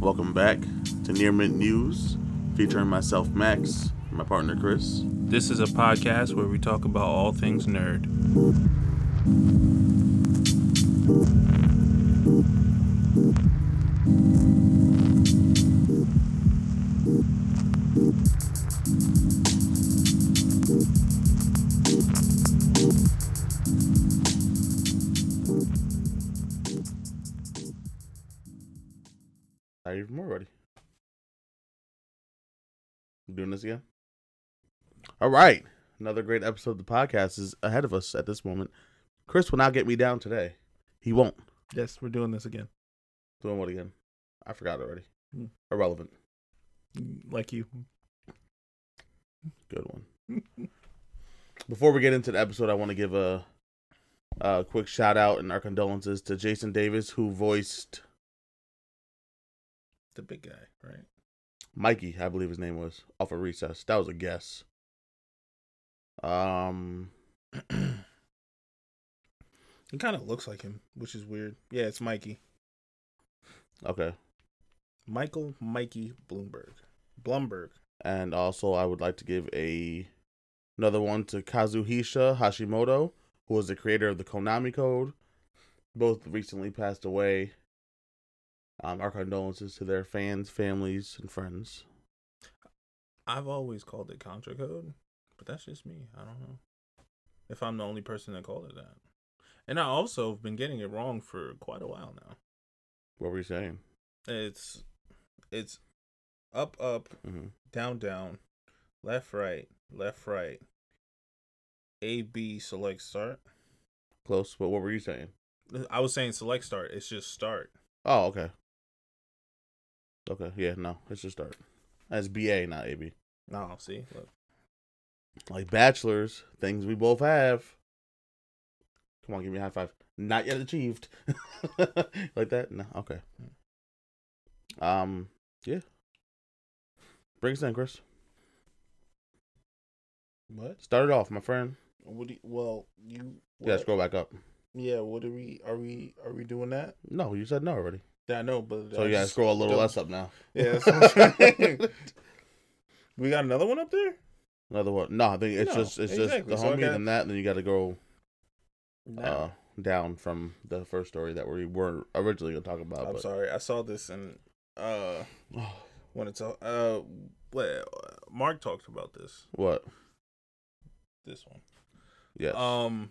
Welcome back to Near Mint News, featuring myself, Max, and my partner, Chris. This is a podcast where we talk about all things nerd. Not even more ready. I'm doing this again. All right. Another great episode of the podcast is ahead of us at this moment. Chris will not get me down today. He won't. Yes, we're doing this again. Doing what again? I forgot already. Hmm. Irrelevant. Like you. Good one. Before we get into the episode, I want to give a, a quick shout out and our condolences to Jason Davis, who voiced The big guy, right? Mikey, I believe his name was, off of Recess. That was a guess. Um, He kind of looks like him, which is weird. Yeah, it's Mikey. okay. Michael Mikey Bloomberg. Blumberg. And also, I would like to give a another one to Kazuhisha Hashimoto, who was the creator of the Konami Code. Both recently passed away. Um, our condolences to their fans, families, and friends. I've always called it Contra Code, but that's just me. I don't know if I'm the only person that called it that. And I also have been getting it wrong for quite a while now. What were you saying? It's it's up up hmm down down left right left right a b select start Close, but what were you saying? i was saying select start it's just start Oh, okay. Okay, yeah, no, let's just start. That's BA, not AB. no see look Like bachelors, things we both have. Come on, give me a high five. Not yet achieved. like that? No, okay. Um, yeah. Bring us in, Chris. what Start it off, my friend. what do you, well you Yeah, scroll back up. yeah what are we are we are we doing that No, you said no already. yeah i know but So I you gotta just- scroll a little don't- less up now. yeah that's what I'm saying. we got another one up there Another one. No, I think it's No, just it's just exactly. the So I homie, got- then that, and then you gotta go no uh, down from the first story that we were originally going to talk about. i'm Uh, but, sorry i saw this and uh wanted to uh well, mark talked about this what? this one Yes. Um,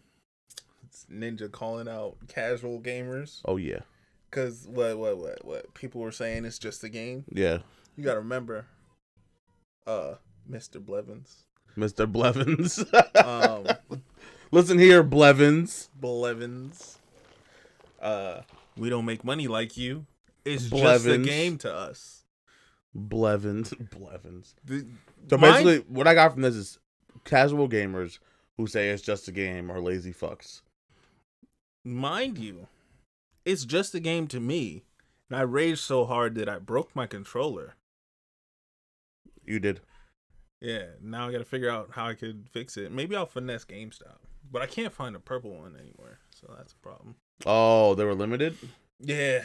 it's Ninja calling out casual gamers oh yeah. because what what what what people were saying it's just a game. Yeah. You got to remember, uh, Mister Blevins, Mr. Blevins. um, Listen here, Blevins. Blevins. Uh, we don't make money like you. It's just a Blevins. game to us. Blevins. Blevins. The- So mine- basically, what I got from this is casual gamers who say it's just a game are lazy fucks. mind you, it's just a game to me. And I raged so hard that I broke my controller. You did. Yeah, now I got to figure out how I could fix it. Maybe I'll finesse GameStop, but I can't find a purple one anywhere, so that's a problem. Oh, they were limited? Yeah,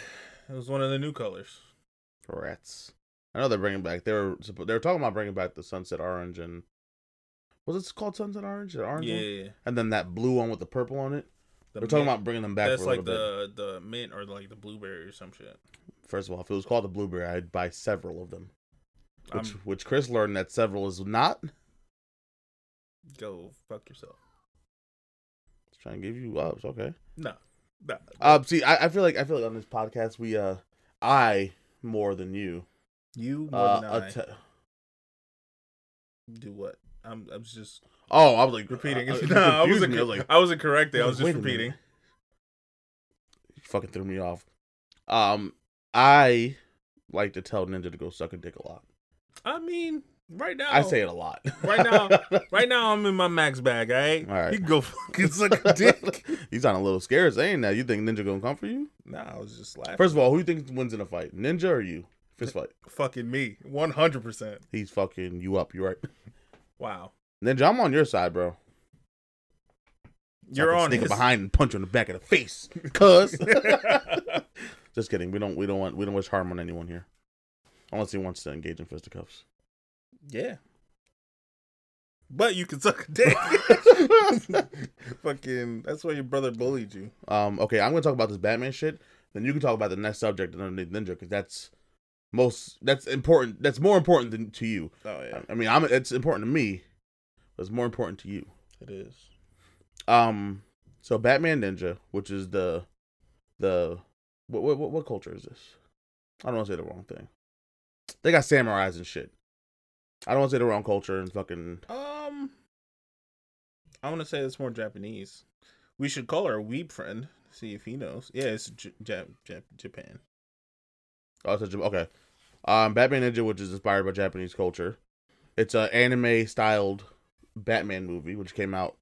it was one of the new colors. Rats. I know they're bringing back. They were suppo- they were talking about bringing back the sunset orange and was it called sunset orange? The orange yeah, one? yeah, yeah. and then that blue one with the purple on it. The We're talking mint- about bringing them back that's for a like little the the mint or like the blueberry or some shit. bit. First of all, if it was called the blueberry, I'd buy several of them. Which, I'm which Chris learned that several is not. go fuck yourself. Just trying to give you ups, okay? No, no. Um, see, I, I feel like I feel like on this podcast we uh, I more than you. you more Uh, than I att- do what? I'm I'm just oh, I was like repeating. uh, it. you no, I confused wasn't. me. I I was like, I wasn't correcting. I I was was like, just wait a minute. repeating. you fucking threw me off. Um, I like to tell Ninja to go suck a dick a lot. I mean, right now I say it a lot. Right now- Right now, I'm in my max bag. All right, All right. You can go fucking suck a dick. you sound a little scared saying that. You think Ninja gonna come for you? nah, I was just laughing. First of all, who you think wins in a fight, Ninja or you? Fist fight. fucking me, one hundred percent. He's fucking you up. You're right. Wow, Ninja, I'm on your side, bro. you're I can on sneak his. up behind and punch you in the back of the face, cuz. Just kidding. We don't. We don't want. We don't wish harm on anyone here. Unless he wants to engage in fisticuffs. Yeah. But you can suck a dick. Fucking, that's why your brother bullied you. Um, okay, I'm gonna talk about this Batman shit. Then you can talk about the next subject underneath Ninja because that's most that's important. That's more important than to you. Oh, yeah. I mean, I'm it's important to me, but it's more important to you. It is. Um, so Batman Ninja, which is the the what what what, what culture is this? I don't want to say the wrong thing. They got samurais and shit. I don't want to say the wrong culture and fucking Um, I want to say it's more Japanese. We should call our weeb friend, see if he knows. Yeah, it's J- Jap- Jap- Japan. Oh, it's a, Jap- okay. Um, Batman Ninja, which is inspired by Japanese culture, it's an anime styled Batman movie which came out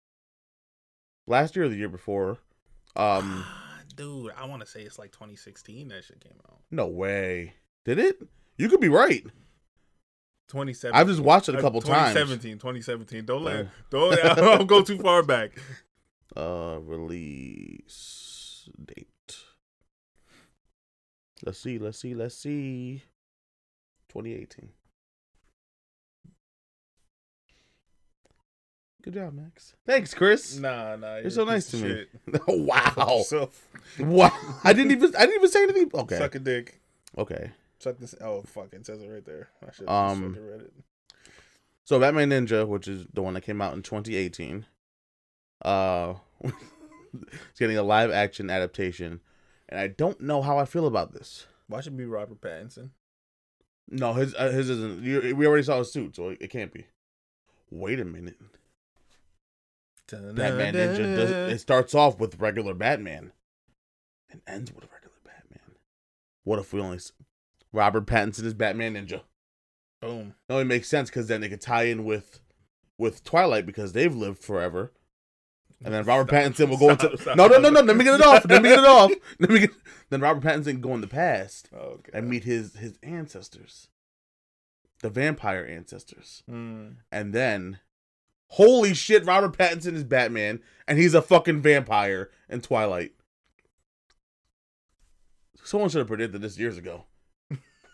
last year or the year before. Um, Dude, I want to say it's like 2016 that shit came out. no way, did it? You could be right. 2017. I've just watched it a Uh, couple times. 2017, 2017. Don't let Uh. don't I don't go too far back. Uh, release date. Let's see. Let's see. Let's see. 2018. Good job, Max. Thanks, Chris. Nah, nah. You're so a nice piece to of me. shit. Fuck wow. yourself. Wow. I didn't even I didn't even say anything. Okay. Suck a dick. Okay. Suck this. Oh fuck! It says it right there. I should Um, have just fucking read it. So Batman Ninja, which is the one that came out in 2018, uh it's getting a live action adaptation and I don't know how I feel about this. Why should it be Robert Pattinson? No, his uh, his isn't. You, we already saw his suit, so it, it can't be. Wait a minute. Batman Ninja does it starts off with regular Batman and ends with regular Batman. What if we only s- Robert Pattinson is Batman Ninja? Boom. It only makes sense because then they could tie in with with Twilight because they've lived forever. And then Robert Stop. Pattinson will go Stop, into stop. no no no no. Let me get it off. Let me get it off. Let me get, then Robert Pattinson can go in the past Oh, okay. and meet his his ancestors, the vampire ancestors, Mm. and then. Holy shit, Robert Pattinson is Batman, and he's a fucking vampire in Twilight. Someone should have predicted this years ago.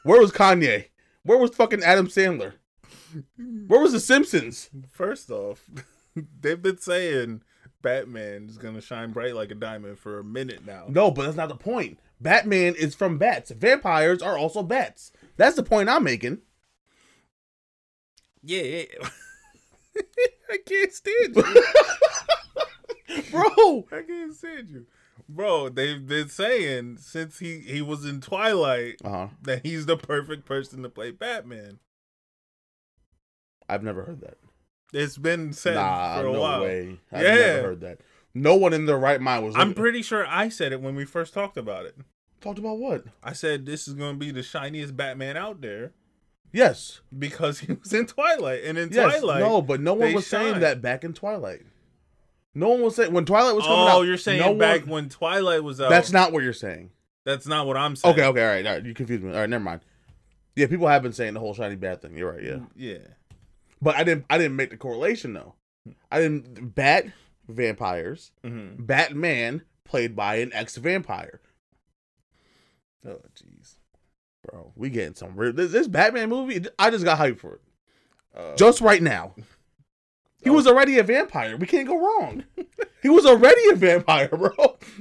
Where was Kanye? Where was fucking Adam Sandler? Where was The Simpsons? First off, they've been saying Batman is gonna shine bright like a diamond for a minute now. No, but that's not the point. Batman is from bats. Vampires are also bats. That's the point I'm making. Yeah, yeah. I can't stand you. Bro, I can't stand you, bro. They've been saying since he he was in Twilight uh-huh. that he's the perfect person to play Batman. I've never heard that. It's been said nah, for a no while. way. I've Yeah. never heard that. No one in their right mind was. I'm pretty sure I said it when we first talked about it. talked about what? I said this is going to be the shiniest Batman out there Yes, because he was in Twilight, and in yes. Twilight, no, but no one they was saying shine. that back in Twilight. No one was saying when Twilight was coming oh, out. you're saying no back one- when Twilight was out. That's not what you're saying. That's not what I'm saying. Okay, okay, all right, all right. You confused me. All right, never mind. Yeah, people have been saying the whole shiny bat thing. You're right. Yeah. Yeah. But I didn't I didn't make the correlation though. I didn't bat vampires. Mm-hmm. Batman played by an ex vampire. Oh, jeez. Bro, we getting some real this, this Batman movie. I just got hyped for it. Uh, Just right now. He was already a vampire. We can't go wrong. he was already a vampire, bro.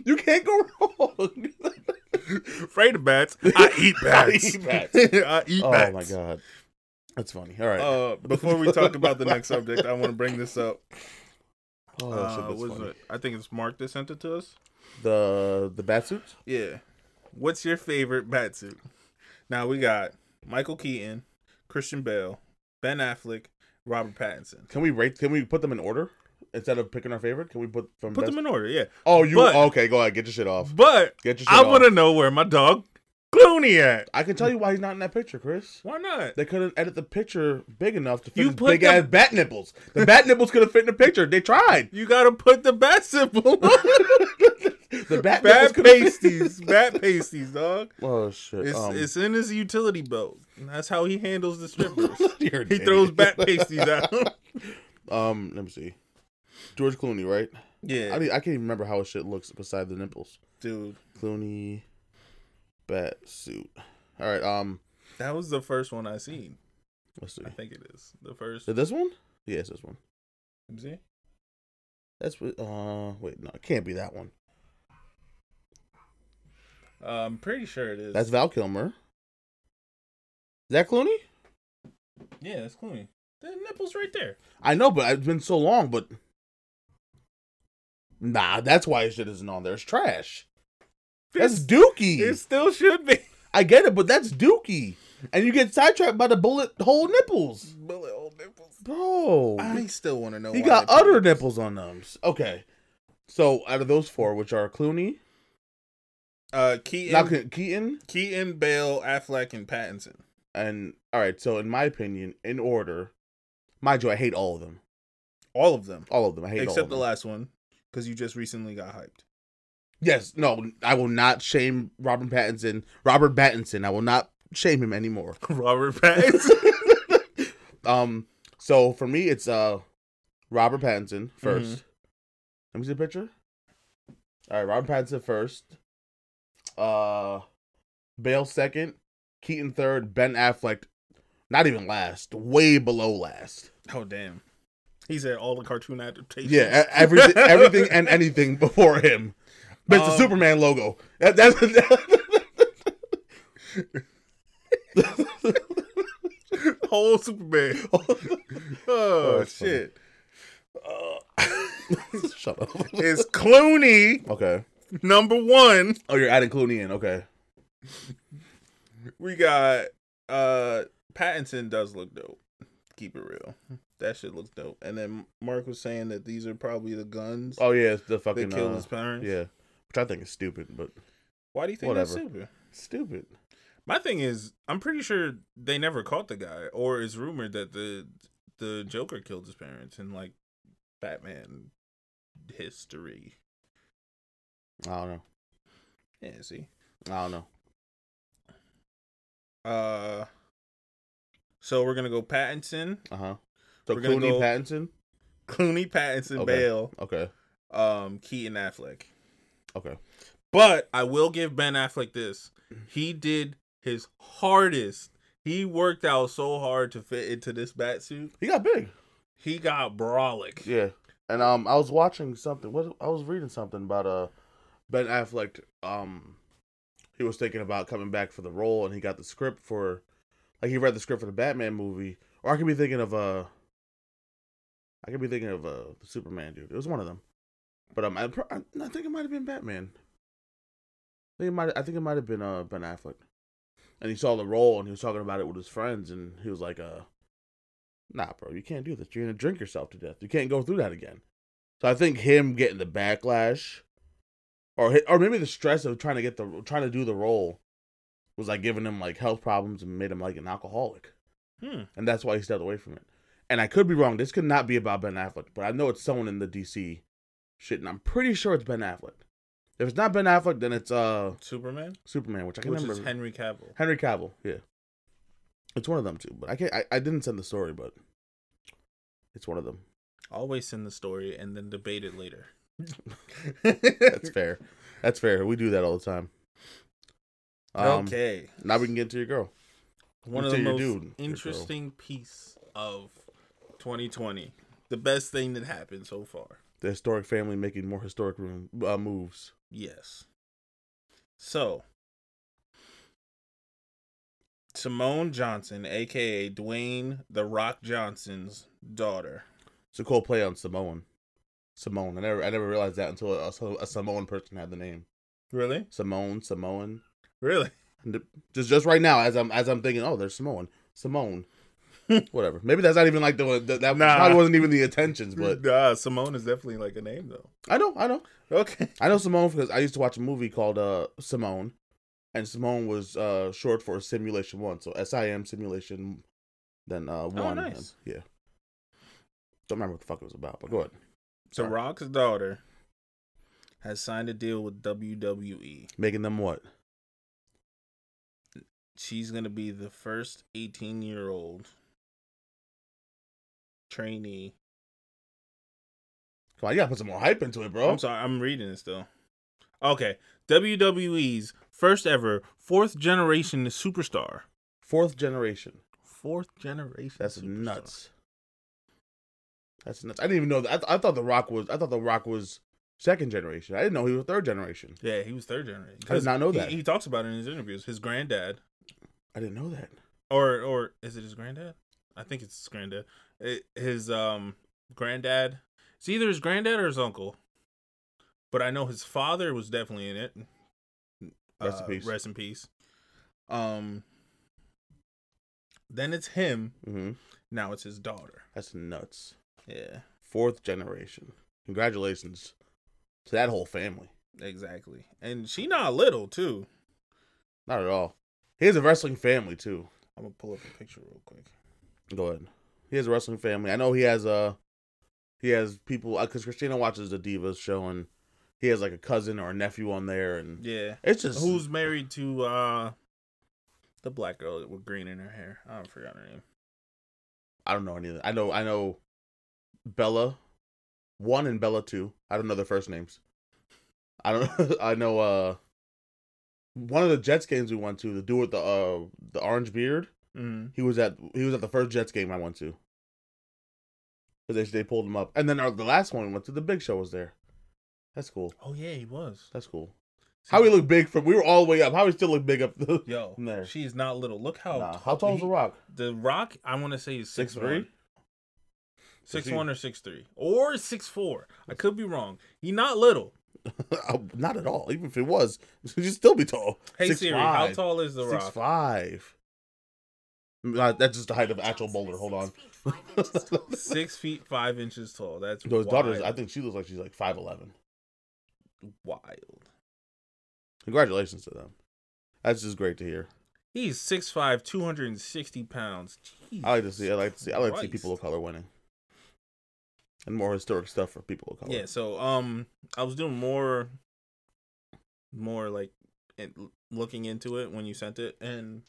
You can't go wrong. Oh, afraid of bats. I eat bats. I eat bats. I eat oh bats. my god. That's funny. All right. Uh, before we talk about the next subject, I want to bring this up. oh, that shit Uh, was was funny. it? I think it's Mark that sent it to us. The the bat suits? Yeah. What's your favorite bat suit? Now we got Michael Keaton, Christian Bale, Ben Affleck, Robert Pattinson. Can we rate can we put them in order? Instead of picking our favorite? Can we put from Put best- them in order, yeah. Oh, you But- okay? Go ahead, get your shit off. But Get your shit I off. want to know where my dog Clooney at. I can tell you why he's not in that picture, Chris. Why not? They couldn't edit the picture big enough to fit You his put big the- ass bat nipples. The bat nipples could have fit in the picture. They tried. You gotta put the bat symbol. the bat, nipples bat could have pasties, bat pasties, dog. Oh shit! It's, Um, it's in his utility belt. And that's how he handles the strippers. you're an he idiot. throws bat pasties out. Um, let me see. George Clooney, right? I yeah, don't- I can't even remember how his shit looks beside the nipples. dude. Clooney bat suit. All right. Um, That was the first one I seen. Let's see. I think it is the first. Is it this one? Yes, this one. Let me see. That's what. Uh, wait, no, it can't be that one. Uh, I'm pretty sure it is. That's Val Kilmer. Is that Clooney? yeah, that's Clooney. The nipples right there. I know, but it's been so long. But nah, that's why his shit isn't on there. It's trash. That's It's- Dookie. It still should be. I get it, but that's Dookie, and you get sidetracked by the bullet hole nipples, Bullet hole nipples. bro. I still want to know. Oh, He why got they put other nipples on them. Okay. So out of those four, which are Clooney, Uh, Keaton, now Ke- Keaton, Keaton, Bale, Affleck, and Pattinson. and all right. So in my opinion, in order, mind you, I hate all of them. All of them, All of them. I hate all except of the them. last one, because you just recently got hyped. Yes. No. I will not shame Robert Pattinson. Robert Pattinson. I will not shame him anymore. Robert Pattinson. um. So for me, it's uh, Robert Pattinson 1st Let me see the picture. All right, Robert Pattinson first. Uh, Bale second. Keaton third. Ben Affleck, not even last. Way below last. oh damn. He's at all the cartoon adaptations. Yeah, e- everything, everything, and anything before him. But it's the Um, Superman logo. That- that's whole Superman. Oh, that's funny. shit. Uh, shut up. it's Clooney Okay. number one. Oh, you're adding Clooney in. Okay. We got uh Pattinson does look dope. Keep it real. That shit looks dope. And then Mark was saying that these are probably the guns Oh yeah, it's the that fucking killed uh, his parents. yeah, which I think is stupid, but Why do you think that's Whatever. stupid? stupid. My thing is, I'm pretty sure they never caught the guy, or it's rumored that the the Joker killed his parents in like Batman history. I don't know. Yeah, see. I don't know. Uh, so we're gonna go Pattinson, Uh huh. So We're gonna Clooney, go- Pattinson. Clooney, Pattinson, Okay. Bale, Okay. um, Keaton, Affleck. Okay. But I will give Ben Affleck this: he did his hardest. He worked out so hard to fit into this bat suit. He got big. He got brolic. Yeah. And um, I was watching something. What I was reading something about uh, Ben Affleck. Um, he was thinking about coming back for the role, and he got the script for, like, he read the script for the Batman movie. Or I could be thinking of uh, I could be thinking of uh, the Superman dude. It was one of them. But um, I, pro- I I think it might have been Batman. I think it might. I think it might have been uh Ben Affleck. And he saw the role, and he was talking about it with his friends, and he was like, uh. nah, bro, you can't do this. You're gonna drink yourself to death. You can't go through that again. So I think him getting the backlash, or hi- or maybe the stress of trying to get the trying to do the role, was like giving him like health problems and made him like an alcoholic, Hmm. and that's why he stepped away from it. And I could be wrong. This could not be about Ben Affleck, but I know it's someone in the DC shit, and I'm pretty sure it's Ben Affleck. If it's not Ben Affleck, then it's uh Superman, Superman, which I can which remember. is Henry Cavill. Henry Cavill, yeah. It's one of them too, but I can't. I, I didn't send the story, but it's one of them. Always send the story and then debate it later. That's fair. That's fair. We do that all the time. Um, okay. Now we can get to your girl. One you of the tell your most dude, your girl. interesting piece of 2020. The best thing that happened so far. The historic family making more historic room uh, moves. Yes. So, Simone Johnson, aka Dwayne The Rock Johnson's daughter. It's a cool play on Samoan. Simone. I never I never realized that until a, a Samoan person had the name. Really? Simone, Samoan. Really? Just just right now as I'm as I'm thinking, oh, there's Samoan. Simone. Whatever. Maybe that's not even like the, one that that Nah. probably wasn't even the intentions, but Nah, Simone is definitely like a name though. I know, I know. Okay. I know Simone because I used to watch a movie called uh, Simone, and Simone was uh, short for Simulation One, so S I M Simulation, then uh, one. and- Oh, nice. yeah. Don't remember what the fuck it was about, but go ahead. The Sorry. Rock's daughter has signed a deal with E. WWE. Making them what? She's going to be the first 18 year old trainee. Come on, you gotta put some more hype into it, bro. I'm sorry, I'm reading this though. Okay. WWE's first ever fourth generation superstar Fourth generation. Fourth generation. That's superstar. nuts. That's nuts. I didn't even know that. I, th- I thought the Rock was. I thought the Rock was second generation. I didn't know he was third generation. Yeah, he was third generation. I did not know he- that. He, talks about it in his interviews. His granddad, I didn't know that. or or is it his granddad? I think it's his granddad. It, his um granddad. It's either his granddad or his uncle. But I know his father was definitely in it. Uh, Rest in peace. Rest in peace. Um. Then it's him. hmm Now it's his daughter. That's nuts. Yeah, Fourth generation. Congratulations to that whole family. exactly. And she not little too. Not at all. He has a wrestling family too. I'm gonna pull up a picture real quick. Go ahead. He has a wrestling family. I know he has a. He has people because Christina watches the Divas show and he has like a cousin or a nephew on there and Yeah. it's just Who's married to uh the black girl with green in her hair? I don't forgot her name. I don't know any of that. I know I know Bella one and Bella two. I don't know their first names. I don't I know uh one of the Jets games we went to, the dude with the uh the orange beard, Mm. he was at he was at the first Jets game I went to. 'Cause They they pulled him up, and then our, the last one we went to, the Big Show was there. That's cool. Oh yeah, he was. That's cool. How he look big from? We were all the way up. How he still look big up? The, Yo, from there. she's not little. Look how Nah. How tall is he- the Rock? The Rock? I want to say he's six three, 6'3"? six he- one or six three, or six four. I could be wrong. He not little. Oh, Not at all. Even if it was, you'd still be tall. Hey Six Siri, five. how tall is the Six Rock? five. Nah, that's just the height of actual Boulder. Hold on. Six feet five inches tall. That's Those wild. daughters, I think she looks like she's like five eleven. wild. Congratulations to them. That's just great to hear. He's 6'5", 260 pounds. Jeez. I like to see. I like to see. I like to see Christ. people of color winning, and more historic stuff for people of color. Yeah, so um, I was doing more, more like and l- looking into it when you sent it, and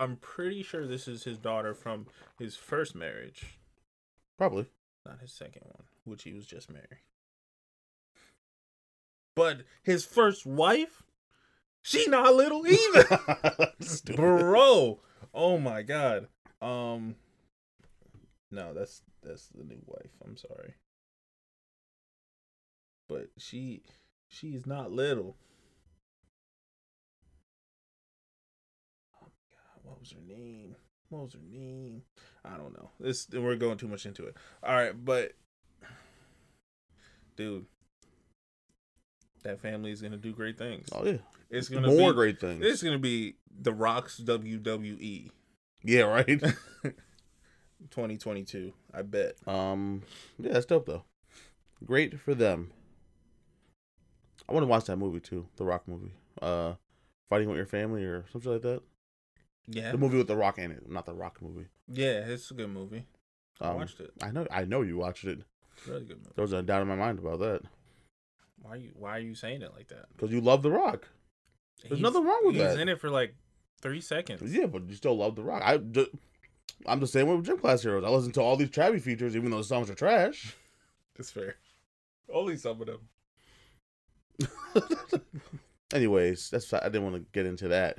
I'm pretty sure this is his daughter from his first marriage, probably. not his second one, which he was just married. But his first wife, she not little either, Stupid. bro. Oh my god. Um, no, that's that's the new wife. I'm sorry, but she she's not little. Oh my god, what was her name? What was her name? I don't know. This we're going too much into it. All right, but dude, that family is gonna do great things. Oh yeah, It's gonna more be, great things. It's gonna be the Rock's E WWE Yeah, right. 2022. I bet. um, yeah, that's dope though. Great for them. I want to watch that movie too, the Rock movie. Uh, fighting with your family or something like that. Yeah, The movie with the Rock in it, not the Rock movie. yeah, it's a good movie. I Um, watched it. I know, I know you watched it. Really good movie. There was a doubt in my mind about that Why are you Why are you saying it like that? because you love the Rock. There's nothing wrong with he's that. in it for like three seconds. Yeah, but you still love the Rock. I, d- I'm the same way with Gym Class Heroes. I listen to all these Travi features, even though the songs are trash. That's fair. Only some of them. Anyways, that's I didn't want to get into that.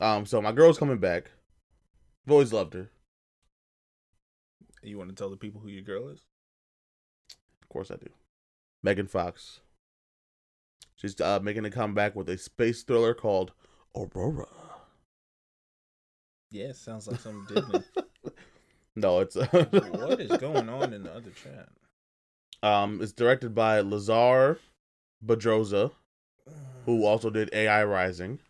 Um, so my girl's coming back. I've always loved her. You want to tell the people who your girl is? Of course I do. Megan Fox. She's uh, making a comeback with a space thriller called Aurora. Yeah, sounds like some Disney. No, it's what is going on in the other chat? Um, it's directed by Lazar Bedroza, who also did AI Rising.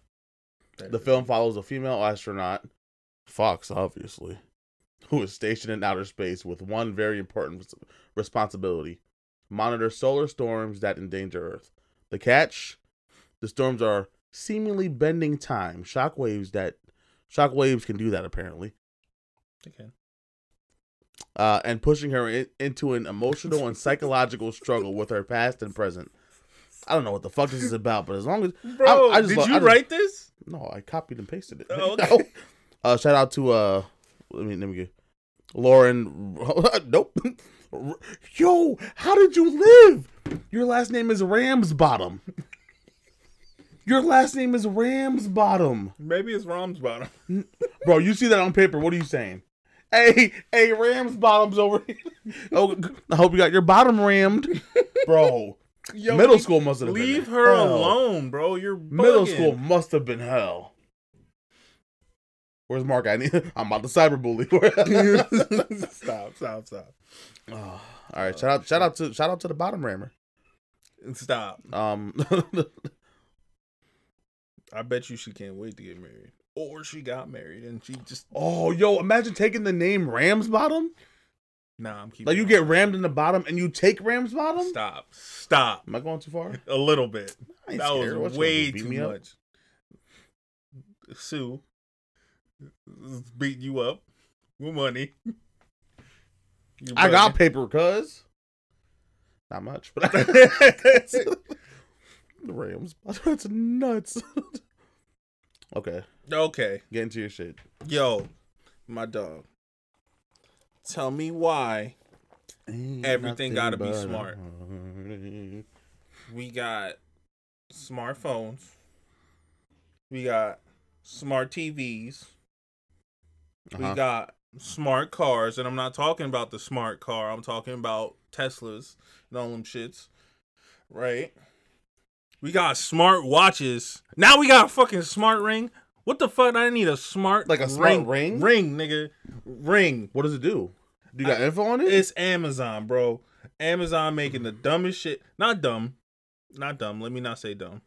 The film follows a female astronaut, Fox, obviously, who is stationed in outer space with one very important res- responsibility monitor solar storms that endanger Earth. The catch? The storms are seemingly bending time. Shockwaves that. Shockwaves can do that, apparently. Okay. Uh, and pushing her in, into an emotional and psychological struggle with her past and present. I don't know what the fuck this is about, but as long as Bro, I- I just did love- you I just- write this? No, I copied and pasted it. Oh, okay. uh, shout out to uh, let me let me get Lauren. nope. Yo, how did you live? Your last name is Ramsbottom. Your last name is Ramsbottom. Maybe it's Rom's bottom. Bro, you see that on paper. What are you saying? Hey, hey, Rams bottoms over here. Oh, I hope you got your bottom rammed. Bro, Yo, middle leave- school must have been Leave her hell. alone, bro. You're Middle bugging. school must have been hell. Where's Mark? I need. I'm about to cyberbully. stop, stop, stop, oh, all right, shout out, shout out to, shout out to the bottom rammer. stop. Um, I bet you she can't wait to get married, or she got married and she just oh, yo, imagine taking the name Rams bottom. nah. I'm keeping Like you it. get rammed in the bottom and you take Rams bottom. stop, stop Am I going too far? a little bit. I ain't that scared. What was you way gonna do, beat too me up? much. Sue beat you up with money. You I got bugging. paper, cuz. Not much, but the Rams. That's nuts. okay, okay. get into your shit. Yo, my dog. Tell me why Everything gotta be smart. we got smartphones, we got smart TVs, Uh-huh. we got smart cars, and I'm not talking about the smart car. I'm talking about Teslas and all them shits, right? We got smart watches. Now we got a fucking smart ring. What the fuck? I need a smart Like a smart ring? Ring, nigga, ring. What does it do? Do you got info on it? It's Amazon, bro. Amazon making the dumbest shit. Not dumb. Not dumb. Let me not say dumb.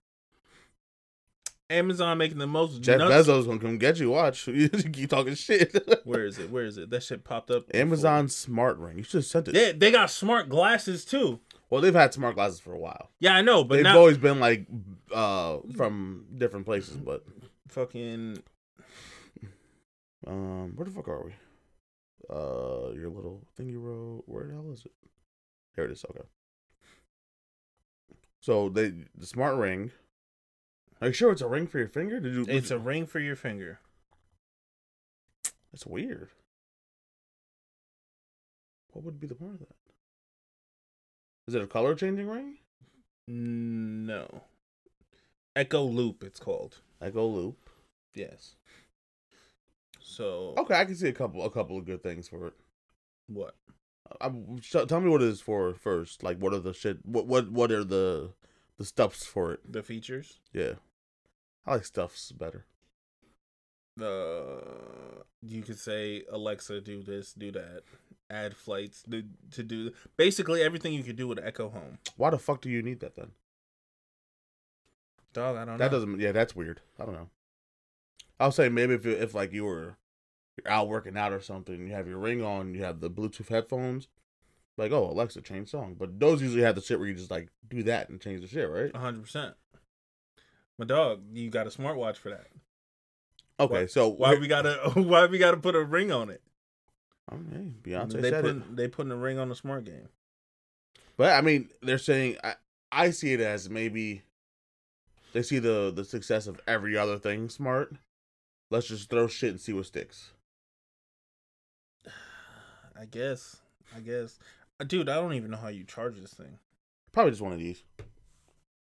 Amazon making the most Jeff nuts. Bezos gonna come get you. Watch. you keep talking shit. Where is it? Where is it? That shit popped up. before. Amazon Smart Ring. You should have sent it. They, they got smart glasses too. Well, they've had smart glasses for a while. Yeah, I know, but they've now always been like uh from different places, but fucking um, where the fuck are we? Uh, your little thing you wrote. Where the hell is it? Here it is. Okay. So they the smart ring. Are you sure it's a ring for your finger? Did you? it's a ring for your finger. That's weird. What would be the point of that? Is it a color changing ring? No. Echo loop it's called. Echo loop. Yes. So Okay, I can see a couple a couple of good things for it. what? I, sh- tell me what it is for first. Like, what are the shit? What what what are the the stuffs for it? The features? Yeah, I like stuffs better. uh you could say alexa do this do that add flights do, to do basically everything you could do with echo home Why the fuck do you need that then? dog i don't That know doesn't. Yeah, that's weird. I don't know. I was saying maybe if you, if like you were you're out working out or something, you have your ring on, you have the Bluetooth headphones. Like, oh Alexa, change song. But those usually have the shit where you just like do that and change the shit, right? Uh, 100% my dog you got a smartwatch for that Okay, so why we gotta why we gotta put a ring on it I mean, Oh, hey, Beyonce they said put it. they putting a ring on the smart game But I mean, they're saying I, I see it as maybe they see the the success of every other thing smart. Let's just throw shit and see what sticks. i guess i guess Uh, dude i don't even know how you charge this thing Probably just one of these.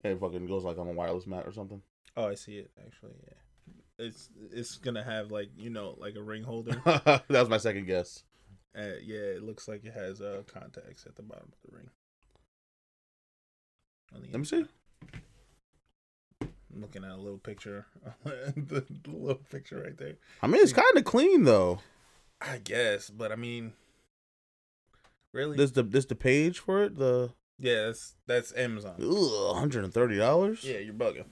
And It fucking goes like on a wireless mat or something. oh i see it actually yeah it's it's gonna have like you know like a ring holder that was my second guess. Uh, yeah, it looks like it has uh, contacts at the bottom of the ring. On the Let me inside. see. I'm looking at a little picture, the, the little picture right there. I mean, it's kind of clean though. I guess, but I mean, really? This the this the page for it. The yeah, that's that's Amazon. one hundred and thirty dollars. Yeah, you're bugging.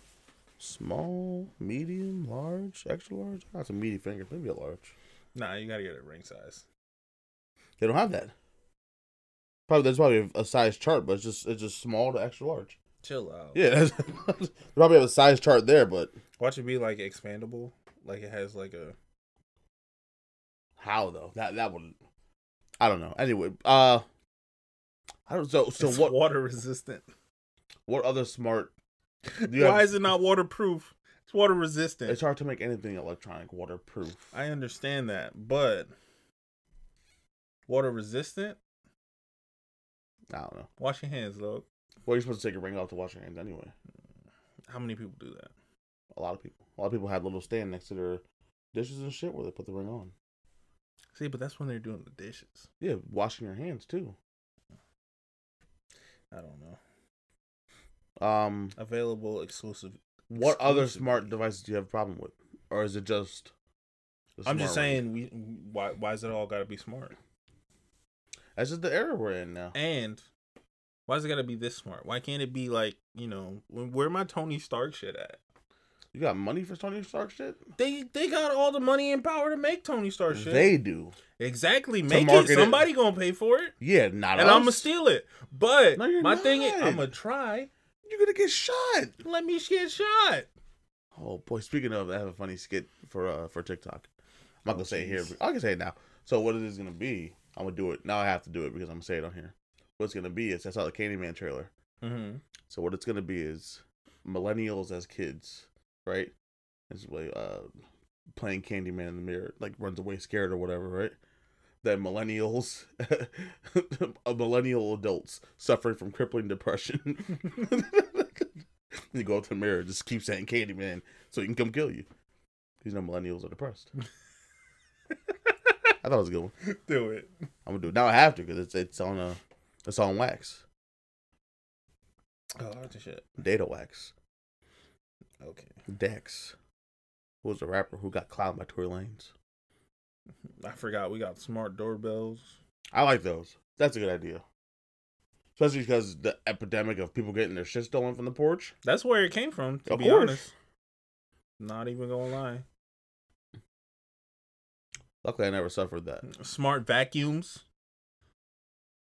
Small, medium, large, extra large. I got some meaty fingers. Maybe a large. Nah, you gotta get it ring size. They don't have that. Probably there's probably a, a size chart, but it's just it's just small to extra large. Chill out. Yeah, that's, they probably have a size chart there, but Watch it be like expandable, like it has like a. how though? That that would, I don't know. Anyway, uh, I don't. So so it's what Water resistant. what other smart? do you Why have- is it not waterproof? It's water resistant. It's hard to make anything electronic waterproof. I understand that, but water resistant. I don't know. Wash your hands, though. Well, you're supposed to take a ring off to wash your hands anyway. How many people do that? A lot of people. A lot of people have little stand next to their dishes and shit where they put the ring on. See, but that's when they're doing the dishes. Yeah, washing your hands too. I don't know. Um, Available exclusive. what other Exclusively. smart devices do you have a problem with, or is it just? the I'm just smart ring? saying, we why why is it all got to be smart? that's just the era we're in now. And why is it got to be this smart? Why can't it be like you know wh- where my Tony Stark shit at? You got money for Tony Stark shit? They they got all the money and power to make Tony Stark shit. They do. exactly make it. market it. Somebody gonna pay for it, Yeah, not and us. I'm gonna steal it. But No, you're my thing is, not. I'm gonna try. You're gonna get shot. Let me get shot. Oh boy, speaking of, I have a funny skit for uh for TikTok. I'm not Oh, gonna say it here. jeez. but I can say it now. So what it is gonna be? I'm gonna do it now. I have to do it because I'm gonna say it on here. What's gonna be is I saw the Candyman trailer. Mm-hmm. So what it's gonna be is millennials as kids, right? It's like uh, playing Candyman in the mirror, like runs away scared or whatever, right? Then millennials, a millennial adults suffering from crippling depression. you go up to the mirror, just keep saying Candyman, so he can come kill you. These no millennials are depressed. I thought it was a good one. Do it. I'm gonna do it now. I have to because it's it's on a it's on wax, Oh, that's a shit. data wax. Okay. Dex, who was a rapper who got clowned by Tory Lanez. I forgot we got smart doorbells. I like those. That's a good idea. Especially because the epidemic of people getting their shit stolen from the porch. That's where it came from, to Of be course. honest. Not even gonna lie. Luckily, I never suffered that. Smart vacuums.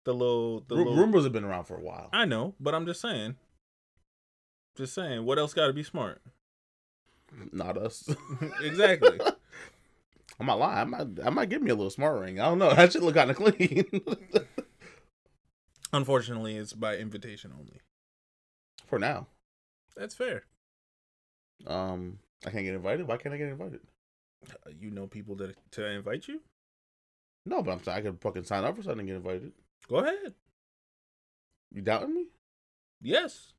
The little the Ru- little rumors have been around for a while. I know, but I'm just saying. Just saying, what else gotta be smart? Not us. exactly. I'm not lying. I might, I might give me a little smart ring. I don't know. That shit look kind of clean. Unfortunately, it's by invitation only. for now. That's fair. Um, I can't get invited. Why can't I get invited? Uh, You know people that to invite you? No, but I'm saying I could fucking sign up for something and get invited. Go ahead. You doubting me? Yes.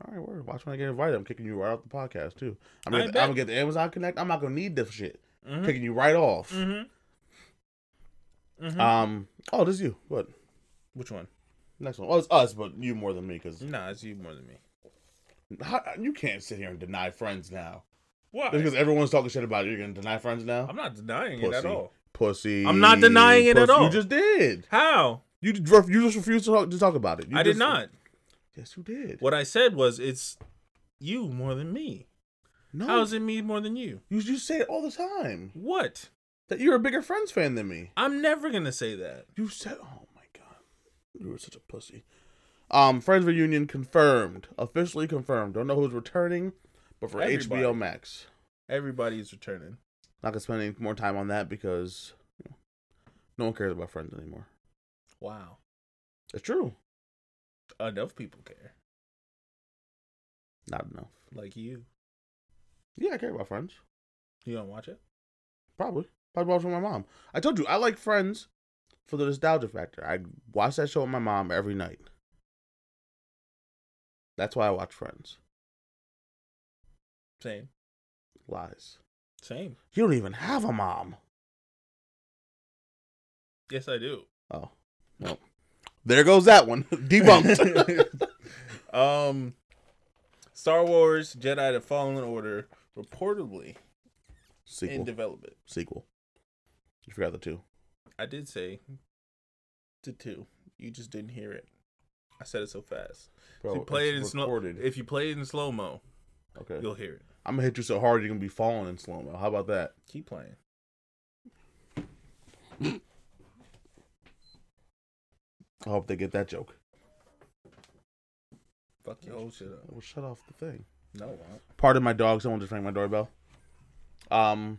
All right, word. Watch when I get invited. I'm kicking you right off the podcast too. I'm I gonna, get the, bet. I'm gonna get the Amazon Connect. I'm not gonna need this shit. Mm-hmm. Kicking you right off. Mm-hmm. hmm Um. Oh, this is you. What? Which one? Next one. Oh, it's us, but you more than me because Nah, it's you more than me. you can't sit here and deny friends now. Why? Just because everyone's talking shit about it, you're gonna deny friends now. I'm not denying it at Pussy. all. pussy. I'm not denying it at pussy. all. You just did. How? You just, ref- you just refused to talk, to talk about it. You I did just- not. Yes, you did. What I said was it's you more than me. No. How is it me more than you? you you say it all the time What? that you're a bigger friends fan than me. I'm never gonna say that. You said, "Oh my god, you were such a pussy." Um, Friends reunion confirmed, officially confirmed. Don't know who's returning, but for HBO Everybody. Max, Everybody is returning. not gonna spend any more time on that because you know, no one cares about Friends anymore. Wow. It's true, Enough people care. not enough. Like you. Yeah, I care about Friends. You don't watch it? Probably, probably watch it with my mom. I told you I like Friends for the nostalgia factor. I watch that show with my mom every night. That's why I watch Friends. Same. Lies. Same. You don't even have a mom. Yes I do. Oh, well, there goes that one debunked. Um Star Wars Jedi the Fallen Order reportedly in sequel, development. sequel. You forgot the two. I did say to two. You just didn't hear it. I said it so fast. Bro, if you play it it's in slow, recorded. if you play it in slow mo, okay, you'll hear it. I'm gonna hit you so hard you're gonna be falling in slow mo. How about that? Keep playing. I hope they get that joke. Fuck your whole shit up. Well, shut off the thing. No, I won't. Pardon my dog. Someone just rang my doorbell. Um.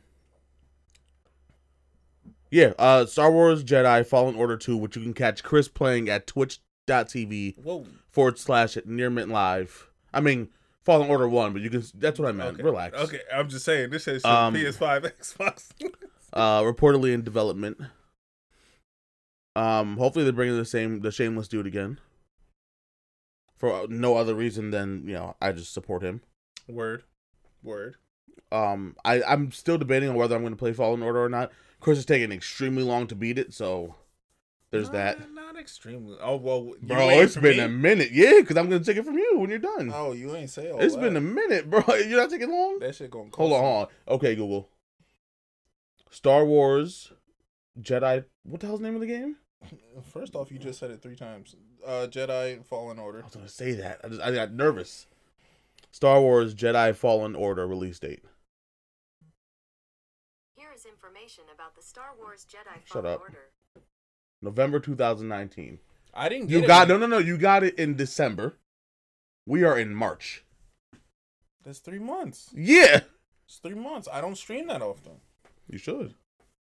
Yeah, uh, Star Wars Jedi Fallen Order 2, which you can catch Chris playing at twitch.tv Whoa. forward slash near mint live. I mean, Fallen Order 1, but you can, that's what I meant. Okay. Relax. Okay, I'm just saying this is Um, PS5, Xbox. uh, reportedly in development. Um, hopefully they're bringing the same the shameless dude again. For no other reason than you know, I just support him. Word. Word. Um, I I'm still debating on whether I'm going to play Fallen Order or not. Of course, it's taking extremely long to beat it, so there's Nah, that. Not extremely. Oh well, you Bro, Uh, waiting it's for been me? a minute. Yeah, because I'm going to take it from you when you're done. Oh, you ain't say all It's that. been a minute, bro. You're not taking long. that shit gonna Hold on, cost hold on. Okay, Google. Star Wars Jedi. What the hell's the name of the game? me. First off, you just said it three times. Uh, Jedi Fallen I Order. was gonna say that. I just I got nervous. Star Wars Jedi Fallen Order release date. Here is information about the Star Wars Jedi Shut Fallen up. Order. November 2019. I didn't. Get You it got in- no no no, you got it in December. We are in March. That's three months. Yeah. It's three months. I don't stream that often. You should.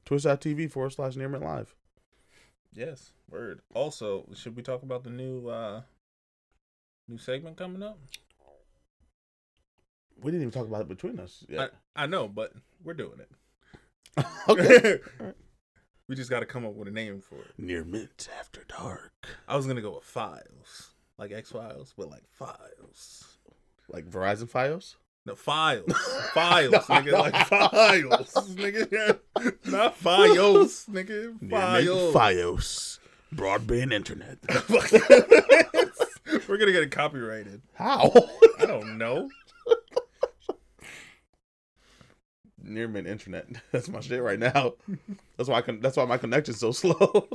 Twitch.tv forward slash Nearman Live. Yes. Word. Also, should we talk about the new uh new segment coming up? We didn't even talk about it between us yet. I, I know, but we're doing it. okay. We just got to come up with a name for it. Near Mint After Dark. I was gonna go with files, like X Files, but like files. Like Verizon Fios? No files, files, No, nigga, no. like files, nigga, not files, nigga, files. Fios. Broadband internet. We're gonna get it copyrighted. How? I don't know. Near mint internet. That's my shit right now. That's why I can that's why my connection's so slow.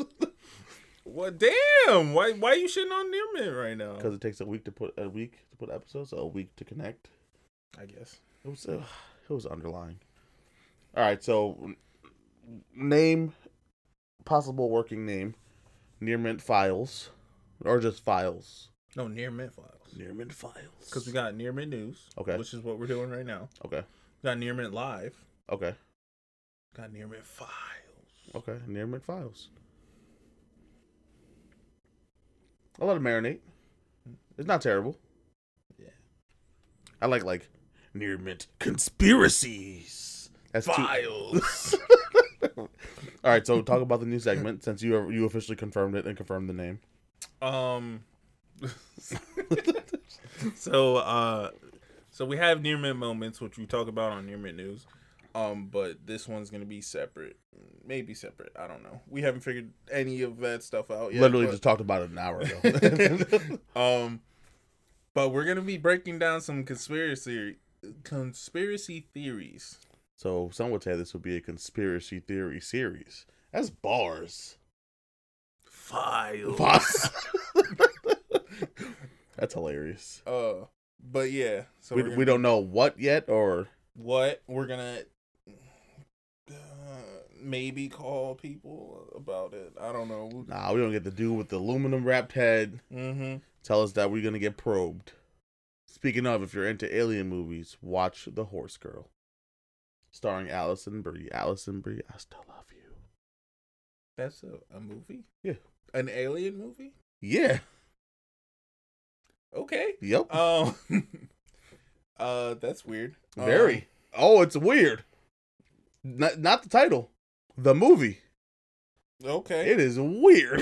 What? Damn. Why? Why you shitting on near mint right now? Because it takes a week to put a week to put episodes, so a week to connect. I guess. It was uh, it was underlying. All right, so n- name possible working name near mint files or just files No near mint files. near mint files Because we got near mint news. Okay. Which is what we're doing right now. okay We got near mint live. okay Got near mint files. okay near mint files. I let it marinate. It's not terrible. Yeah. I like like near mint conspiracies. That's too- Files. All right, so talk about the new segment since you you officially confirmed it and confirmed the name. Um. so uh, so we have near mint moments, which we talk about on near mint news. Um, but this one's gonna be separate, maybe separate. I don't know. We haven't figured any of that stuff out yet. Literally but- just talked about it an hour ago. um, but we're gonna be breaking down some conspiracy conspiracy theories. so some would say this would be a conspiracy theory series. That's bars. Files. Bars. That's hilarious. Uh, but yeah. So we, we're we gonna- don't know what yet or what we're gonna uh, maybe call people about it. I don't know. nah. We don't get the dude with the aluminum wrapped head Mm-hmm. tell us that we're gonna get probed. Speaking of, if you're into alien movies, watch The Horse Girl, starring Allison Brie. Allison Brie, I still love you. That's a, a movie. Yeah. An alien movie. Yeah. Okay. Yep. Um. uh, that's weird. Um, Very. oh, it's weird. Not not the title, the movie. Um, okay. It is weird.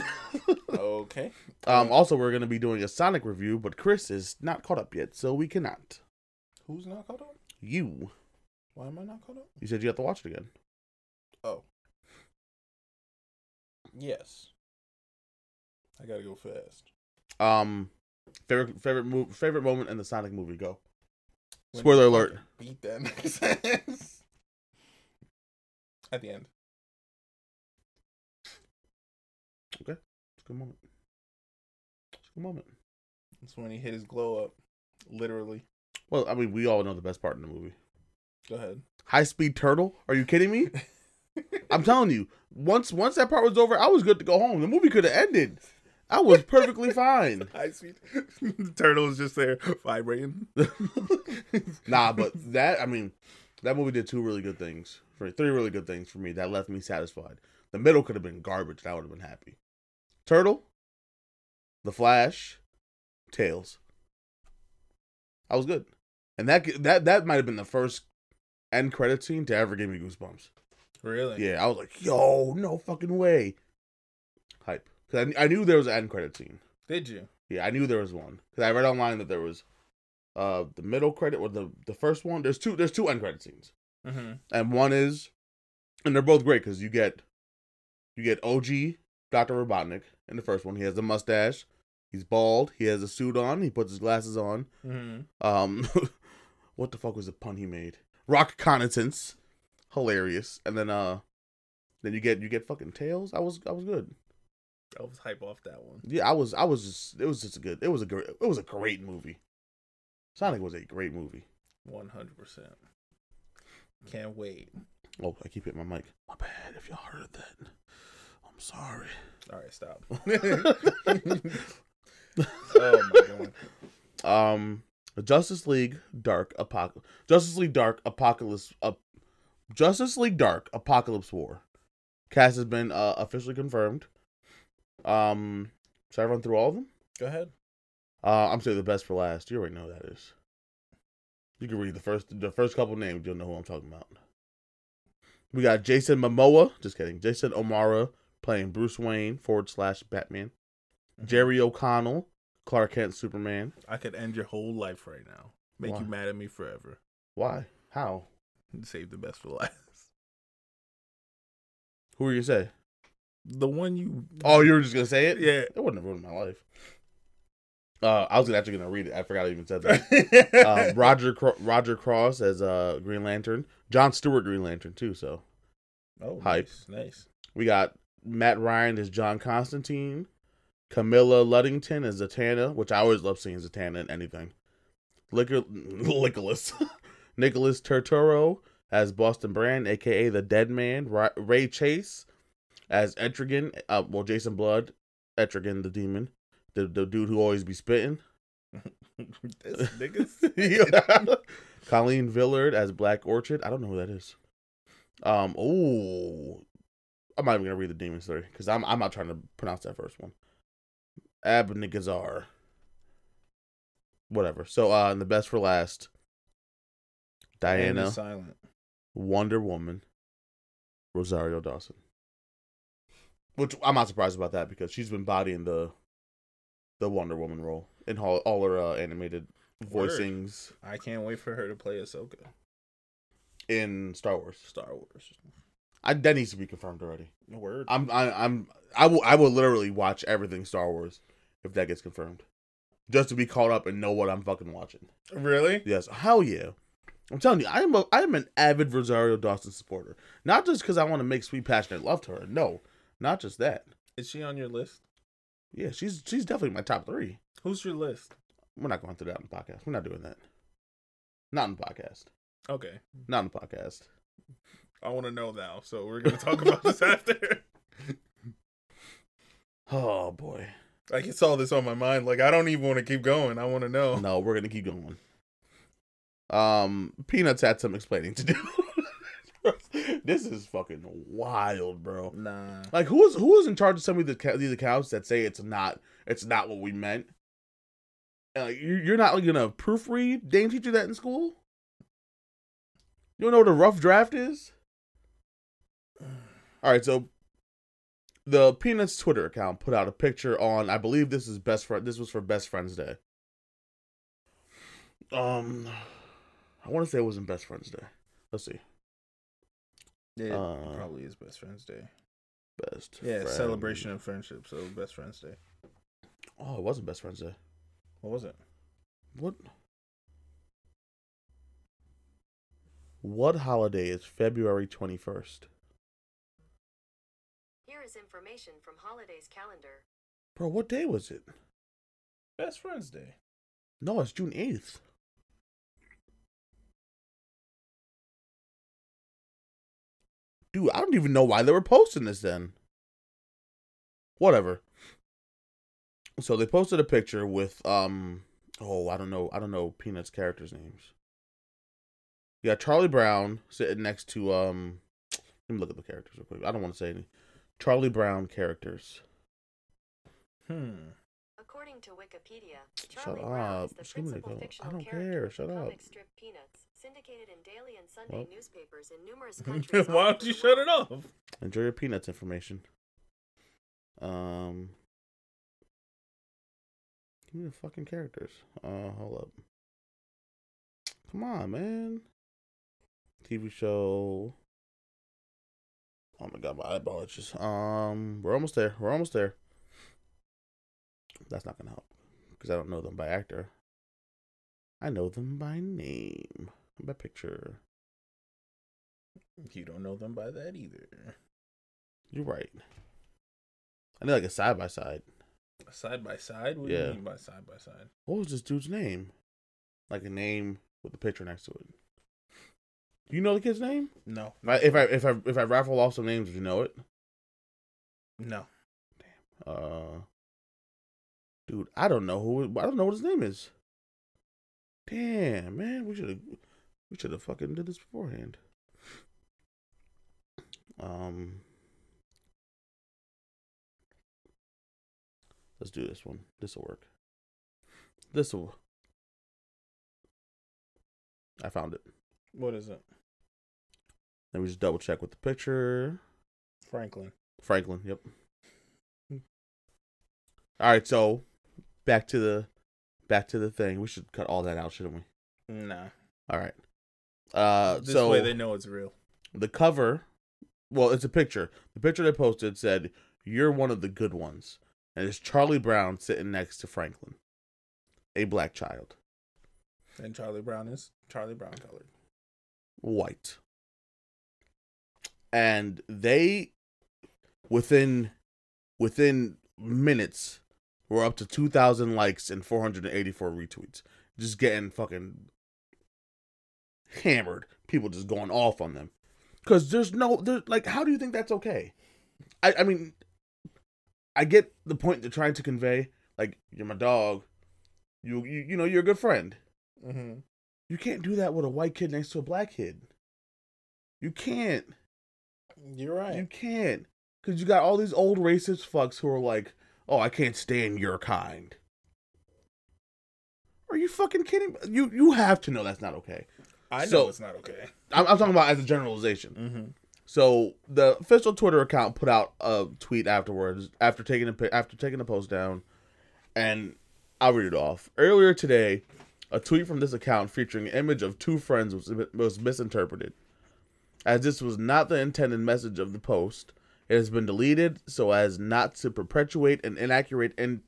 okay. um. Also, we're gonna be doing a Sonic review, but Chris is not caught up yet, so we cannot. Who's not caught up? You. Why am I not caught up? You said you have to watch it again. Oh. Yes. I gotta go fast. Um. Favorite favorite move favorite moment in the Sonic movie. Go. When Spoiler he alert. fucking Beat that nigga's ass. At the end. It's a good moment. It's a good moment. That's when he hit his glow up. Literally. Well, I mean, we all know the best part in the movie. Go ahead. High speed turtle? Are you kidding me? I'm telling you, once once that part was over, I was good to go home. The movie could have ended. I was perfectly fine. High speed. the turtle is just there vibrating. Nah, but that I mean, that movie did two really good things for three really good things for me that left me satisfied. The middle could have been garbage, and I would have been happy. Turtle, The Flash, Tails. I was good, and that that that might have been the first end credit scene to ever give me goosebumps. Really? Yeah, I was like, yo, no fucking way. Hype, because I, I knew there was an end credit scene. Did you? Yeah, I knew there was one because I read online that there was uh the middle credit or the the first one. There's two. There's two end credit scenes, Mm-hmm. and one is, and they're both great because you get, you get OG Doctor Robotnik in the first one. He has a mustache. He's bald. He has a suit on. He puts his glasses on. Mm-hmm. Um, what the fuck was the pun he made? Rock connaissance, hilarious. And then uh, then you get you get fucking tails. I was I was good. I was hype off that one. Yeah, I was I was just it was just a good. It was a great it was a great movie. Sonic was a great movie. One hundred percent. Can't wait. Oh, I keep hitting my mic. My bad. If y'all heard that, I'm sorry. All right, stop. oh Oh my god. um Justice League Dark Apocalypse Justice League Dark Apocalypse uh, Justice League Dark Apocalypse War cast has been uh, officially confirmed. Um should I run through all of them? Go ahead. Uh I'm saying the best for last. You already know who that is. You can read the first the first couple names, you'll know who I'm talking about. We got Jason Momoa, just kidding. Jason O'Mara playing Bruce Wayne forward slash Batman. Jerry O'Connell, Clark Kent Superman. I could end your whole life right now. Make Why? you mad at me forever. Why? How? Save the best for last. Who are you say? The one you Oh, you were just gonna say it? Yeah. It wouldn't have ruined my life. Uh, I was actually gonna read it. I forgot I even said that. um, Roger Cro- Roger Cross as uh, Green Lantern. John Stewart Green Lantern too. So oh, hype. Nice, nice. we got Matt Ryan as John Constantine. Camilla Luddington as Zatanna, which I always love seeing Zatanna in anything. Liquor Nicholas Nicholas Turturro as Boston Brand, aka the Dead Man. Ra- Ray Chase as Etrigan. Uh, well, Jason Blood, Etrigan the Demon, the the dude who always be spitting. this nigga's Colleen Villard as Black Orchid. I don't know who that is. Um. Oh, I'm not even gonna read the demon story because I'm I'm not trying to pronounce that first one. Abnegazar. Whatever. So, uh, and the best for last. And Diana, is silent. Wonder Woman, Rosario Dawson. Which I'm not surprised about that because she's been bodying the, the Wonder Woman role in all, all her uh, animated Word. voicings. I can't wait for her to play Ahsoka. in Star Wars. Star Wars. I, that needs to be confirmed already. Word. I'm I, I'm I will I will literally watch everything Star Wars if that gets confirmed, just to be caught up and know what I'm fucking watching. really? Yes, hell yeah. I'm telling you, I am a, I am an avid Rosario Dawson supporter. Not just because I want to make sweet passionate love to her. No, not just that. Is she on your list? Yeah, she's she's definitely my top three. Who's your list? We're not going through that on the podcast. We're not doing that. Not in the podcast. Okay. Not in the podcast. I want to know now, so we're gonna talk about this after. Oh boy. Like it's all this on my mind. Like I don't even want to keep going. I want to know. No, we're gonna keep going. Um, Peanuts had some explaining to do. this is fucking wild, bro. Nah. Like, who is who is in charge of some of the, ca- these accounts that say it's not it's not what we meant? And, like, you- you're not gonna proofread? They didn't teach you that in school. You don't know what a rough draft is. All right, so the Peanuts Twitter account put out a picture on. I believe this is best friend. This was for Best Friends Day. Um, I want to say it wasn't Best Friends Day. Let's see. Yeah, Uh, probably is Best Friends Day. Best. Yeah, Friends- celebration of friendship. So Best Friends Day. Oh, it wasn't Best Friends Day. What was it? What? What holiday is February twenty first? Here is information from Holidays Calendar. Bro, what day was it? Best Friends Day. No, it's June eighth. Dude, I don't even know why they were posting this then. Whatever. So they posted a picture with um oh, I don't know, I don't know Peanuts characters' names. You got Charlie Brown sitting next to um let me look at the characters real quick. I don't want to say any. Charlie Brown characters. Hmm. According to Wikipedia, Shut Charlie Brown up. is the Just give me the principal go- I fictional don't character care. of Shut the up. comic strip Peanuts, syndicated in daily and Sunday Well. newspapers in numerous countries. all Why over don't you the shut world. it off? Enjoy your peanuts information. Um, give me the fucking characters. Uh, hold up. Come on, man. TV show. Oh my god, my eyeball itches. Um, we're almost there. We're almost there. That's not gonna help because I don't know them by actor. I know them by name, by picture. You don't know them by that either. You're right. I know like a side by side. Side by side? What do Yeah. you mean by side by side? What was this dude's name? Like a name with a picture next to it. Do you know the kid's name? No. I- If I if I if I raffle off some names, would you know it? No. Uh, dude, I don't know who. I don't know what his name is. Damn, man, we should have, we should have fucking did this beforehand. Um, let's do this one. This will work. This will. I found it. What is it? Let me just double check with the picture. Franklin. Franklin, yep. Hmm. All right, so back to the back to the thing. We should cut all that out, shouldn't we? Nah. All right. Uh this so way they know it's real. the cover well, it's a picture. The picture they posted said, "You're one of the good ones." And it's Charlie Brown sitting next to Franklin, a black child, And Charlie Brown is Charlie Brown colored. white. And they within within minutes we're up to 2000 likes and 484 retweets just getting fucking hammered people just going off on them because there's no there's like how do you think that's okay i i mean i get the point they're trying to convey like you're my dog you you, you know you're a good friend Mm-hmm. you can't do that with a white kid next to a black kid you can't You're right. you can't. Because you got all these old racist fucks who are like, oh, I can't stand your kind. Are you fucking kidding? me? You you have to know that's not okay. I know So- it's not okay. I'm, I'm talking about as a generalization. Mm-hmm. So the official Twitter account put out a tweet afterwards after taking a pi- after taking the post down, and I'll read it off. Earlier today, a tweet from this account featuring an image of two friends was was misinterpreted, as this was not the intended message of the post. It has been deleted so as not to perpetuate an inaccurate in-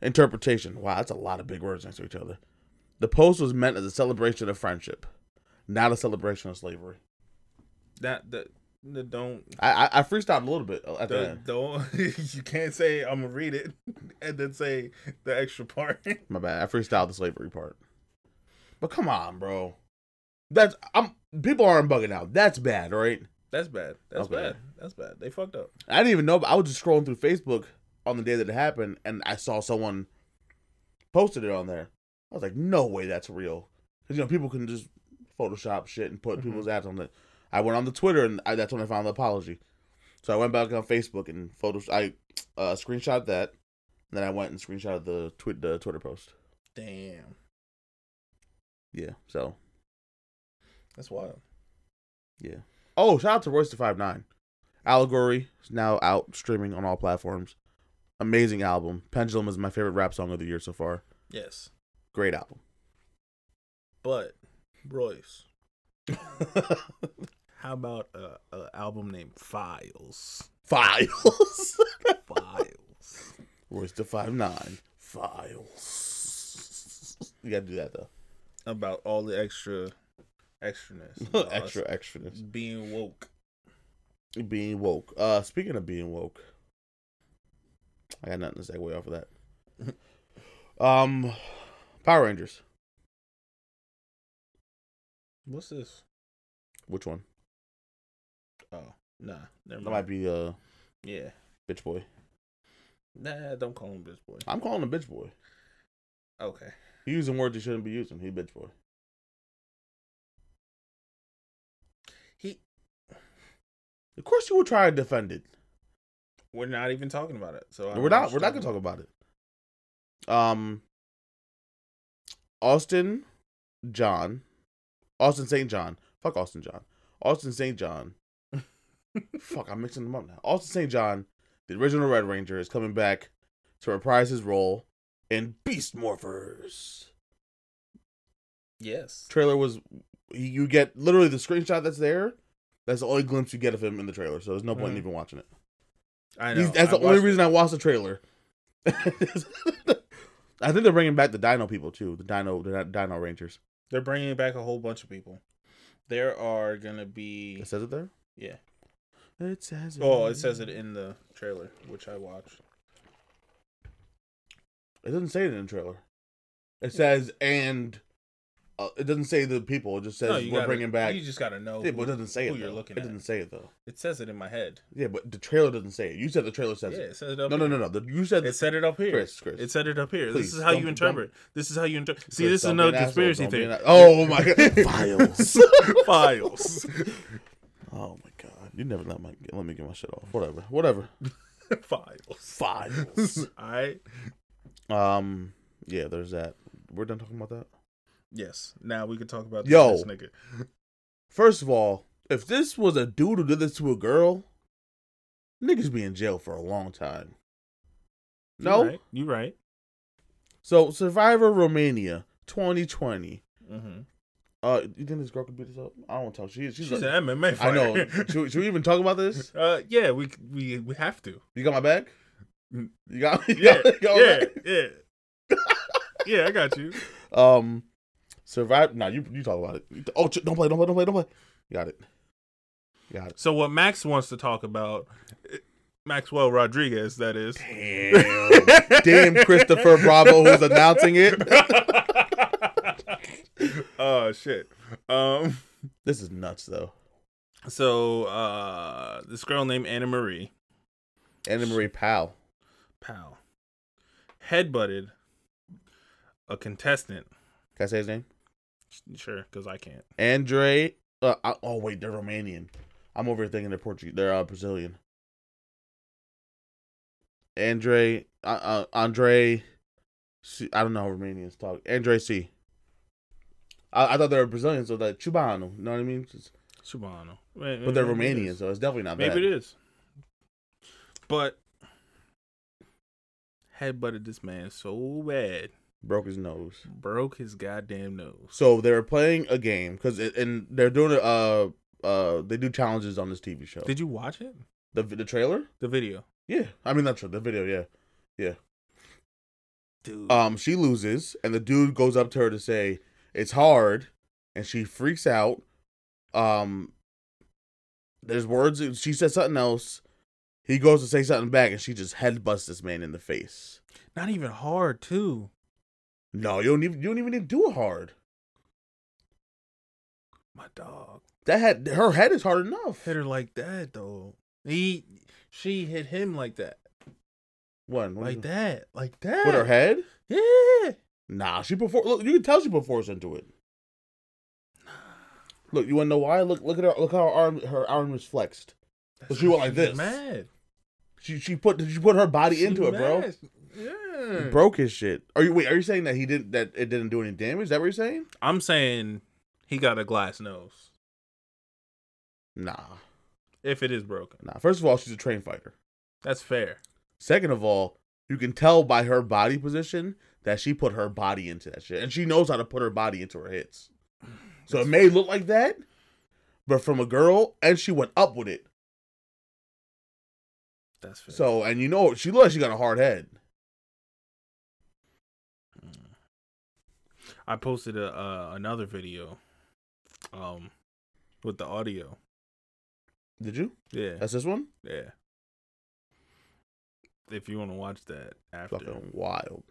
interpretation. Wow, that's a lot of big words next to each other. The post was meant as a celebration of friendship, not a celebration of slavery. That that, that don't I I, I freestyled a little bit at the the, end. don't you can't say I'm gonna read it and then say the extra part. My bad. I freestyled the slavery part. But come on, bro. That's I'm people aren't bugging out. That's bad, right? That's bad. That's Okay. bad. That's bad. They fucked up. I didn't even know. But I was just scrolling through Facebook on the day that it happened, and I saw someone posted it on there. I was like, no way, that's real. Because you know people can just Photoshop shit and put Mhm. people's ads on it. I went on the Twitter, and I, that's when I found the apology. So I went back on Facebook and photo. I uh, screenshot that, and then I went and screenshot the tweet the Twitter post. Damn. Yeah. So That's wild. yeah. Oh, shout out to Royce to Five Nine. Allegory is now out streaming on all platforms. Amazing album. Pendulum is my favorite rap song of the year so far. Yes. Great album. But Royce, how about a, a album named Files? Files. Files. Royce to Five Nine. Files. You gotta do that though. about all the extra extraness. about us extra extraness. being woke. Being woke. Uh, speaking of being woke, I got nothing to segue off of that. Um, Power Rangers. What's this? Which one? Oh, nah. Never That might mind. be uh, Yeah. bitch boy. Nah, don't call him this boy. I'm calling him bitch boy. Okay. He using words he shouldn't be using. He bitch boy. He Of course, you would try to defend it. we're not even talking about it. So I we're don't not. We're not gonna talk understand. about it. Um, Austin, John, Austin St. John. Fuck Austin John. Austin St. John. Fuck, I'm mixing them up now. Austin St. John, the original Red Ranger, is coming back to reprise his role in Beast Morphers. Yes. Trailer was you get literally the screenshot that's there. That's the only glimpse you get of him in the trailer. So there's no point in Mhm. even watching it. I know. He's- that's I the only watched it. reason I watched the trailer. I think they're bringing back the Dino people too. The Dino, the Dino Rangers. They're bringing back a whole bunch of people. There are gonna be It says it there. yeah. It says. Oh, it says it in the trailer, which I watched. It doesn't say it in the trailer. It says and. Uh, it doesn't say the people. It just says No, you we're gotta- bringing back. You just gotta know. Yeah, but it doesn't say who it. you're though. looking it at. doesn't say it though. It says it in my head. Yeah, but the trailer doesn't say it. You said the trailer Yeah, says it. it says it No, up. no, here. no, no. The, you said It said it up here. Chris, Chris. It said it up here. Please, this is how don't- you don't- interpret. This is how you interpret. See, Chris, this is don't another be an asshole. conspiracy Don't be theory. an a- oh my god, files. Files. oh my god, you never let my let me get my shit off. Whatever, whatever. Files. Files. All right. um, yeah, there's that. We're done talking about that. Yes. Now we can talk about this Yo. next nigga. First of all, if this was a dude who did this to a girl, niggas be in jail for a long time. No. You right. You right. So Survivor Romania 2020. hmm Uh, you think this girl could beat us up? I don't want to talk. She, she's, She's like- an MMA I fighter. know. should, we- should we even talk about this? Uh, yeah, we we we have to. You got my back? Mm. You got, you Yeah, got, you got my yeah, back? yeah. yeah, I got you. Um, survive. No, you you talk about it. You- Oh, ch- don't play, don't play, don't play, don't play. You got it. You got it. So what Max wants to talk about, eh, Maxwell Rodriguez, that is. Damn, damn, Christopher Bravo, who's announcing it. oh shit. Um. This is nuts, though. So uh, this girl named Anna Marie Anna Marie Powell. Pow headbutted a contestant. Can I say his name? Sure, because I can't. Andre. Uh, I, oh wait, they're Romanian. I'm over here thinking they're Portuguese. They're uh, Brazilian. Andre. Uh, uh, Andre. C, I don't know how Romanians talk. Andre C. I, I thought they were Brazilian, so like Chubano. You know what I mean? Just- Chubano, But they're Romanian, so it's definitely not Mm, Maybe bad. it is. But headbutted this man so bad, Broke his nose. broke his goddamn nose. So they were playing a game because and they're doing a uh uh they do challenges on this TV show. Did you watch it? the the trailer? The video, Yeah, I mean that's the video. Yeah. dude. Um, she loses, and the dude goes up to her to say it's hard, and she freaks out. Um, there's words. She said something else. He goes to say something back, and she just headbusts this man in the face. Not even hard too. No, you don't even you don't even need to do it hard. My dog That head, her head is hard enough. hit her like that though. He, she hit him like that, One like that, like that. with her head. Yeah. Nah, she perfor Look, you can tell she performs into it. Look, you want to know why? Look, look at her. Look how her arm, her arm is flexed. That's she why went like was this. Mad. She she put she put her body She into it, bro. mad. Yeah. He broke his shit. Are you wait? Are you saying that he didn't that it didn't do any damage? Is that what you're saying? I'm saying he got a glass nose. Nah, If it is broken, nah. First of all, she's a trained fighter. that's fair. Second of all, you can tell by her body position that she put her body into that shit, and she knows how to put her body into her hits. So it may look like that, but from a girl, and she went up with it. That's fair. So and you know she looked like she got a hard head. I posted a uh, another video, um, with the audio. Did you? Yeah, That's this one. yeah. If you want to watch that after, Fucking wild.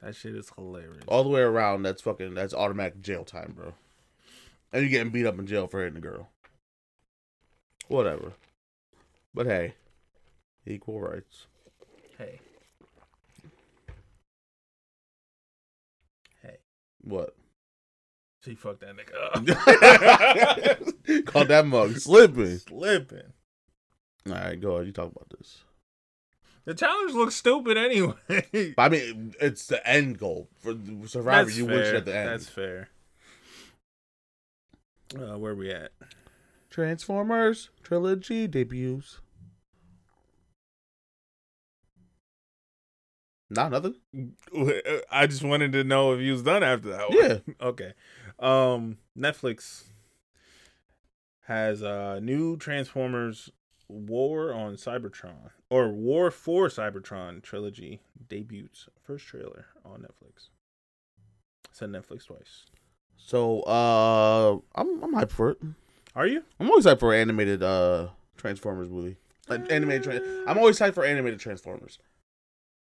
that shit is hilarious. All the way around. That's fucking. That's automatic jail time, bro. And you getting beat up in jail for hitting a girl. Whatever. But hey, equal rights. Hey, hey, What? she fucked that nigga up. Call that mug slipping. Slipping. All right, go ahead. You talk about this. The challenge looks stupid anyway. But I mean, it's the end goal for the Survivor. you win shit at the end. That's fair. Uh, where we at? Transformers trilogy debuts. Nah, nothing. I just wanted to know if you was done after that. one. Yeah. Okay. Um Netflix has uh new Transformers War on Cybertron or War for Cybertron trilogy debuts. First trailer on Netflix. Said Netflix twice. So uh, I'm I'm hyped for it. Are you? I'm always hyped for animated uh Transformers movie. Like animated. Tran I'm always hyped for animated Transformers.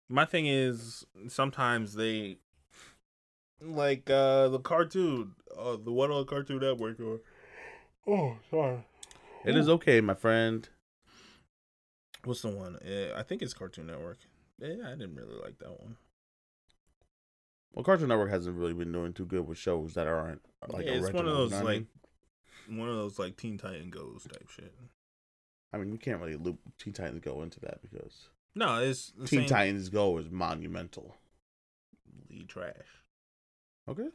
My thing is sometimes they like uh the cartoon uh the one on Cartoon Network or Oh, sorry. It is okay, my friend. What's the one? Eh, I think it's Cartoon Network. Yeah, I didn't really like that one. Well, Cartoon Network hasn't really been doing too good with shows that aren't uh, like yeah, it's one of original, you those know what I like mean? one of those like Teen Titan Goes type shit. I mean, we can't really loop Teen Titans Go into that because No, it's the Teen same Titans Go is monumental. Lee trash. Okay.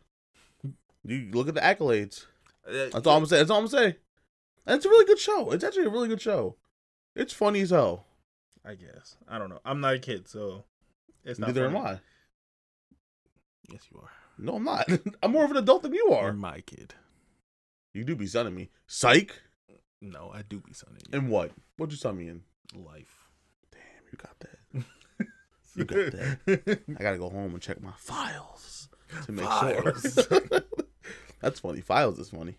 You look at the accolades. Eh, That's all I'm saying. That's all I'm saying. And it's a really good show. It's actually a really good show. It's funny as hell. I guess I don't know. I'm not a kid, so it's not. Neither am funny. I. Yes, you are. No, I'm not. I'm more of an adult than you You're are. my kid. You do be sonning me. Psych. No, I do be sonning you. And what? What'd you son me in? Life. Damn, you got that. You got that. I gotta go home and check my files to make Files. sure. That's funny. Files is funny.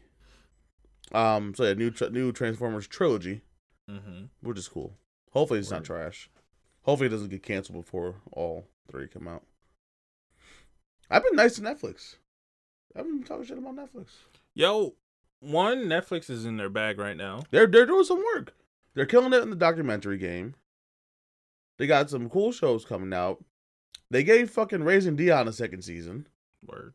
Um. So yeah, new tr new Transformers trilogy, mm-hmm. which is cool. Hopefully it's not Word. trash. Hopefully it doesn't get canceled before all three come out. I've been nice to Netflix. I've been talking shit about Netflix. Yo, one Netflix is in their bag right now. They're they're doing some work. They're killing it in the documentary game. They got some cool shows coming out. They gave fucking Raising Dion a second season. Word.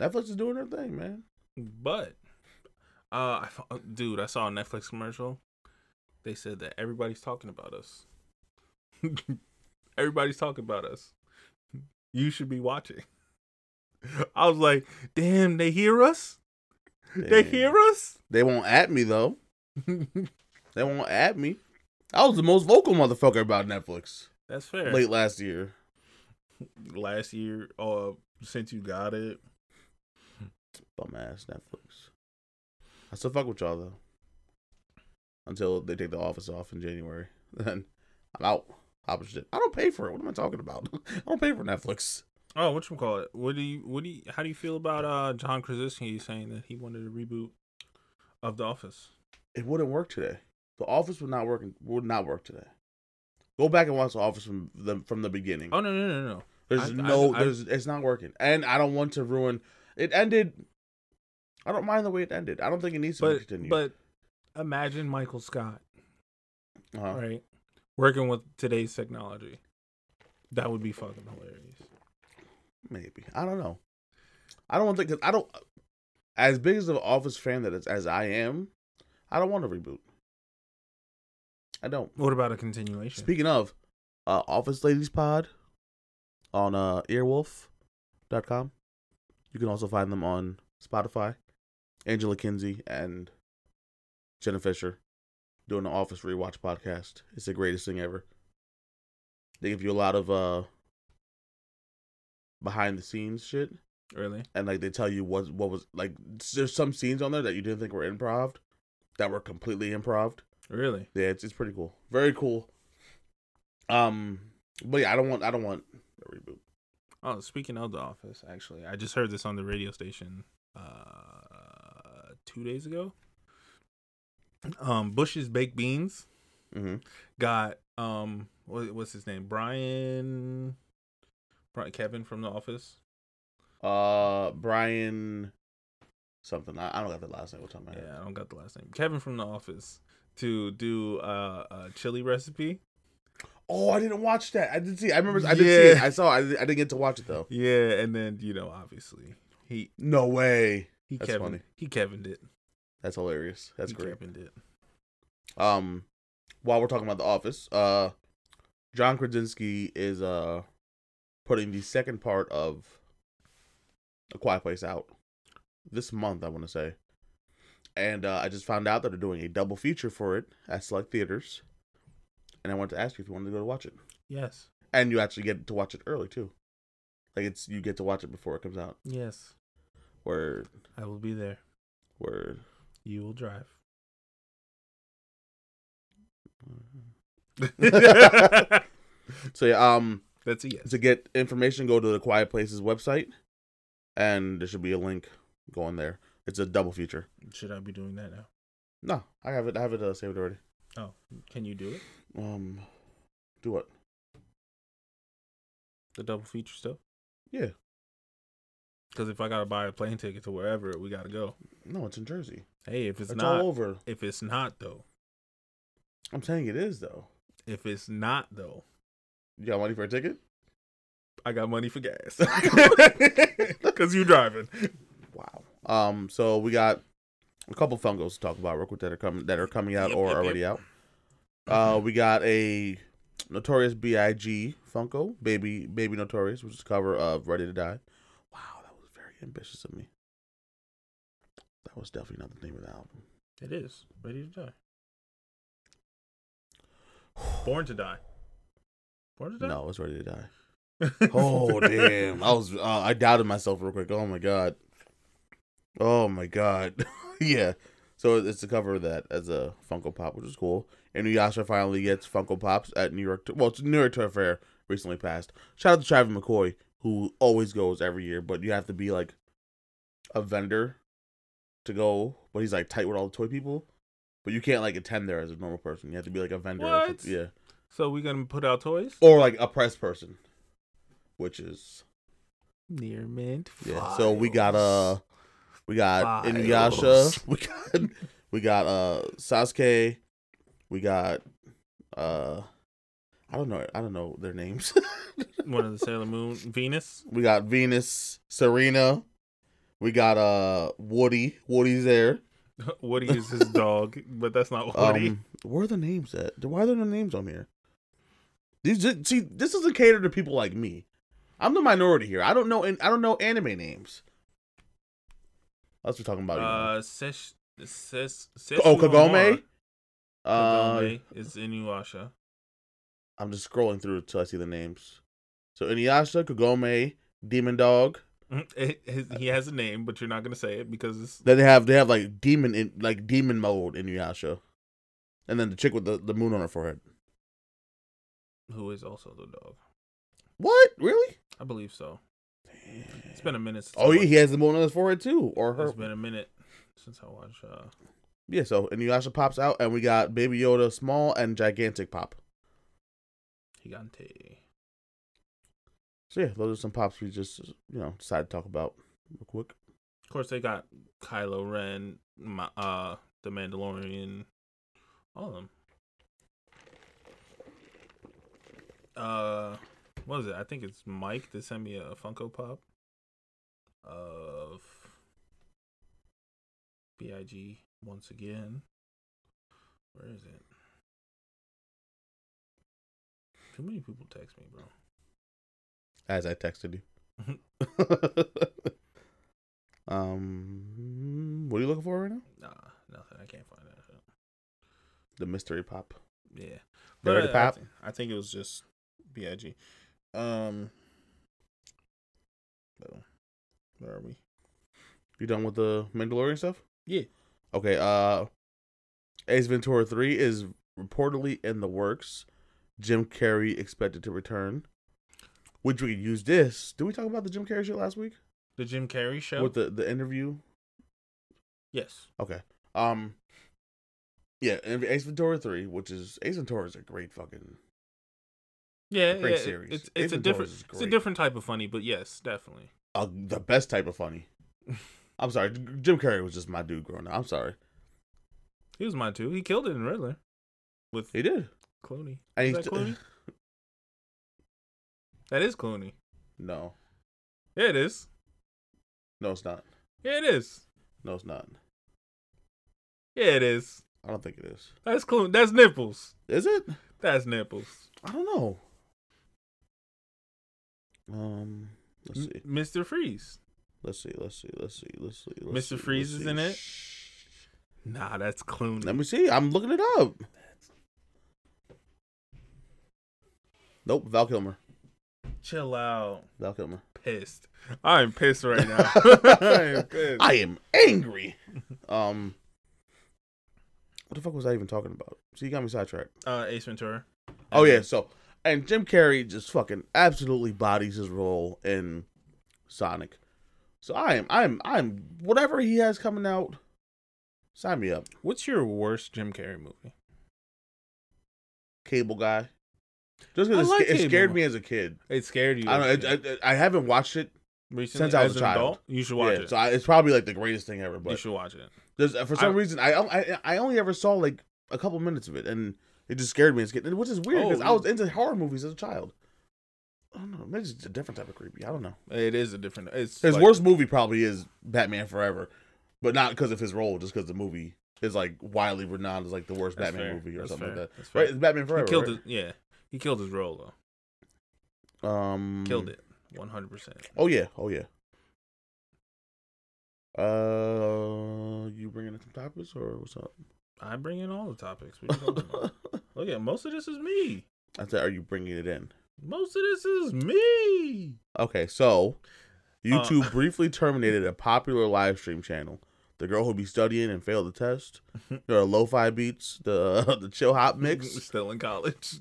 Netflix is doing their thing, man. But, uh, I fo- dude, I saw a Netflix commercial. They said that everybody's talking about us. everybody's talking about us. You should be watching. I was like, damn, they hear us. They Damn. hear us. They won't at me though. They won't at me. I was the most vocal motherfucker about Netflix That's fair. late last year. Last year, uh, since you got it, Bum ass Netflix. I still fuck with y'all though. Until they take the office off in January. Then I'm out. Hopping shit. I don't pay for it. What am I talking about? I don't pay for Netflix. Oh, what you call it? What do you what do you how do you feel about uh John Krasinski saying that he wanted a reboot of The Office? It wouldn't work today. The office would not work would not work today. Go back and watch the office from the from the beginning. Oh no no no no. There's I- no, I- I- there's, it's not working, and I don't want to ruin. It ended. I don't mind the way it ended. I don't think it needs to be But continued. but imagine Michael Scott, uh, right? Working with today's technology. That would be fucking hilarious. maybe I don't know. I don't want to because I don't. As big as of an Office fan that is, as I am, I don't want to reboot. I don't. What about a continuation? Speaking of, uh, Office Ladies Pod on uh, earwolf.com. You can also find them on Spotify. Angela Kinsey and Jenna Fisher doing the Office Rewatch podcast. It's the greatest thing ever. They give you a lot of uh, behind the scenes shit really? and like they tell you what what was like there's some scenes on there that you didn't think were improv that were completely improv Really? yeah, it's, it's pretty cool. Very cool. Um, but yeah, I don't want I don't want a reboot. Oh, speaking of The Office, actually, I just heard this on the radio station uh two days ago. Um, Bush's baked beans. Mm-hmm. got um what, what's his name brian, brian kevin from the office Uh, Brian, something. I, I don't got the last name. What time? yeah i don't got the last name kevin from the office to do uh, a chili recipe Oh, I didn't watch that. I did see. I remember. I did see. It. Yeah. I saw. It. I, did, I didn't get to watch it though. yeah and then you know obviously he No way. he That's kevin funny. he kevin it That's hilarious. That's he great. Kevin'd it Um, while we're talking about The Office, uh, John Krasinski is uh putting the second part of A Quiet Place out this month, I want to say. And uh, I just found out that they're doing a double feature for it at select theaters, and I wanted to ask you if you wanted to go to watch it. yes and you actually get to watch it early too. Like it's you get to watch it before it comes out. Yes, Word, I will be there. word. You will drive. Mm-hmm. So yeah, um, That's a yes. to get information, go to the Quiet Places website, and there should be a link going there. It's a double feature. Should I be doing that now? No, I have it. I have it uh, saved already. Oh, can you do it? Um, do what? The double feature stuff? Yeah. Because if I gotta buy a plane ticket to wherever, we gotta go. No, it's in Jersey. Hey, if it's, It's, not, all over. if it's not though, I'm saying it is though. if it's not though, You got money for a ticket? I got money for gas. Cause you driving. Wow. Um. So we got a couple fungos to talk about real quick that are coming that are coming out Yep, or yep, Mm-hmm. already yep. out. Uh, we got a Notorious B.I.G. Funko, baby, baby Notorious, which is a cover of Ready to Die. Wow, that was very ambitious of me. That was definitely not the name of the album. It is ready to die. Born to die. Born to die. No, it was Ready to Die. Oh damn! I was uh, I doubted myself real quick. Oh my god. Oh my god. yeah. So it's to cover of that as a Funko Pop, which is cool. And Inuyasha finally gets Funko Pops at New York. Well, it's New York Toy Fair recently passed. Shout out to Travis McCoy who always goes every year, but you have to be like a vendor to go. But he's like tight with all the toy people. But you can't like attend there as a normal person. You have to be like a vendor. or What? something. Yeah So we gonna put out toys? or like a press person, which is Near mint. yeah. So we got uh, we got Files. Inuyasha, we got we got uh Sasuke, we got uh, I don't know, I don't know their names. one of the Sailor Moon Venus. we got Venus, Serena, we got uh Woody, Woody's there. Woody is his dog, but that's not Woody. Um, where are the names at? Why are there no names on here? These ju- see, this is a cater to people like me. I'm the minority here. I don't know, and I don't know anime names. That's what we're talking about. you know. uh, Sesh, Sesh, oh, Seshu Kagome. Amara. Uh, Kagome is Inuyasha. I'm just scrolling through until I see the names. So Inuyasha, Kagome, Demon Dog. Mm, it- his- he has a name, but you're not gonna say it because it's Then they have they have like demon in like demon mode Inuyasha, and then the chick with the, the moon on her forehead. who is also the dog. What really? I believe so. It's been a minute. Since Oh, I yeah, watched- he has the moon on his forehead too, or her. It's been a minute since I watched. Uh, Yeah, so Inuyasha pops out, and we got Baby Yoda small and gigantic pop. Gigante. So yeah, those are some pops we just you know decided to talk about real quick. Of course, they got Kylo Ren, Ma uh, the Mandalorian, all of them. Uh, what was it? I think it's Mike that sent me a Funko Pop of Big once again. Where is it? Too many people text me, bro. As I texted you. um, what are you looking for right now? Nah, nothing. I can't find that. The mystery pop. Yeah. They already I- I, pop? thi- I think it was just B.I.G. Um, so, where are we? You done with the Mandalorian stuff? Yeah. Okay. Uh, Ace Ventura Three is reportedly in the works. Jim Carrey expected to return. Which we could use this. Did we talk about the Jim Carrey shit last week? The Jim Carrey show? With the the interview yes. Okay. Um. Yeah, and Ace Ventura Three, which is Ace Ventura is a great fucking. Yeah, Great yeah, it- series. It's, Ace it's a Ventura different is it's a great. different type of funny, but yes, definitely. Uh, the best type of funny. I'm sorry, Jim Carrey was just my dude growing up. I'm sorry, He was mine too. He killed it in Riddler with he did. Clooney. And Is he's that t- Clooney? That is Clooney. No, Yeah, it is. no, it's not. Yeah, it is. No, it's not. Yeah, it is. I don't think it is. That's Clooney. That's nipples. Is it? That's nipples. I don't know. Um. Let's see. M- Mr. Freeze. Let's see. Let's see. Let's see. Let's see. Let's Mr. see, let's Freeze is see. in it? Shh. Nah, that's Clooney. Let me see. I'm looking it up. Nope. Val Kilmer. Chill out. Val Kilmer. Pissed. I'm pissed right now. I'm pissed. I am angry. Um, what the fuck was I even talking about? So you got me sidetracked. Uh, Ace Ventura. Oh yeah, so and Jim Carrey just fucking absolutely bodies his role in Sonic. So I am, I am, I am. Whatever he has coming out, sign me up. What's your worst Jim Carrey movie? Cable guy. Just because I it, like sca- it Cable scared Guy. me as a kid. It scared you. I as a don't. kid. know, I, I, I haven't watched it Recently, since I was as a an child. adult, you should watch yeah, it. So I, it's probably like the greatest thing ever. you But should watch it. there's, for some I- reason, I, I I only ever saw like a couple minutes of it, and it just scared me as a kid, which is weird Oh, because I you- was into horror movies as a child. I don't know. Maybe it's a different type of creepy. I don't know. It is a different. It's His like- worst movie probably is Batman Forever, but not because of his role, just because the movie is like widely renowned as like the worst That's Batman fair. movie or That's something fair. like that. That's fair. Right? It's Batman Forever. he killed right? his, yeah. He killed his role though. Um, Killed it. One hundred percent. Oh yeah. Oh yeah. Uh, you bringing up some topics or what's up? I bring in all the topics. What you talking about? Look at most of this is me. I said, are you bringing it in? Most of this is me. Okay, so Uh, YouTube briefly terminated a popular live stream channel. The girl who be studying and failed the test. There are lo-fi beats, the the chill hop mix, Still in college.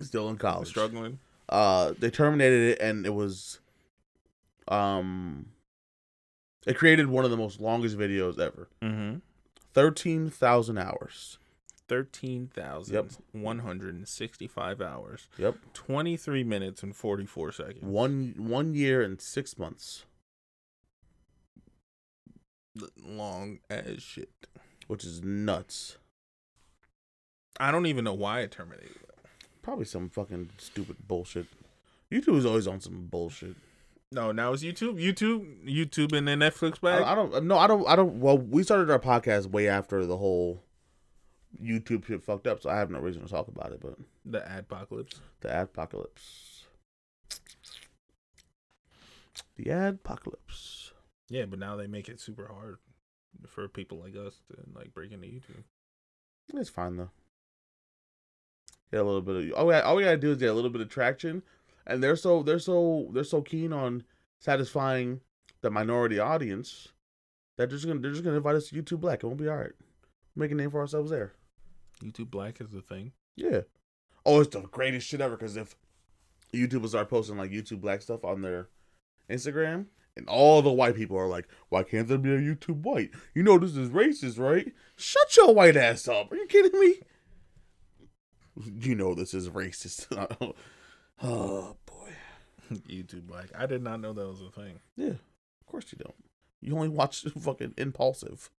still in college. Struggling. Uh, they terminated it, and it was, um, it created one of the most longest videos ever, Mm-hmm. thirteen thousand hours. Thirteen thousand one hundred and sixty-five hours, Yep, twenty-three minutes and forty-four seconds. one one year and six months, long as shit. which is nuts. I don't even know why it terminated. Probably some fucking stupid bullshit. YouTube is always on some bullshit. No, now it's YouTube, YouTube, YouTube, and then Netflix back. I, I don't. No, I don't. I don't. Well, we started our podcast way after the whole YouTube shit fucked up, so I have no reason to talk about it. But the adpocalypse. the apocalypse, the adpocalypse. Yeah, but now they make it super hard for people like us to like break into YouTube. It's fine though. Get a little bit of all we, all we gotta do is get a little bit of traction, and they're so they're so they're so keen on satisfying the minority audience that they're just gonna they're just gonna invite us to YouTube Black. It won't be all right. Make a name for ourselves there. YouTube Black is the thing. Yeah. Oh, it's the greatest shit ever. Because if YouTube will start posting like YouTube Black stuff on their Instagram, and all the white people are like, "Why can't there be a YouTube White? You know this is racist, right? Shut your white ass up. Are you kidding me? You know this is racist. oh boy. YouTube Black. I did not know that was a thing. Yeah. Of course you don't. You only watch fucking impulsive.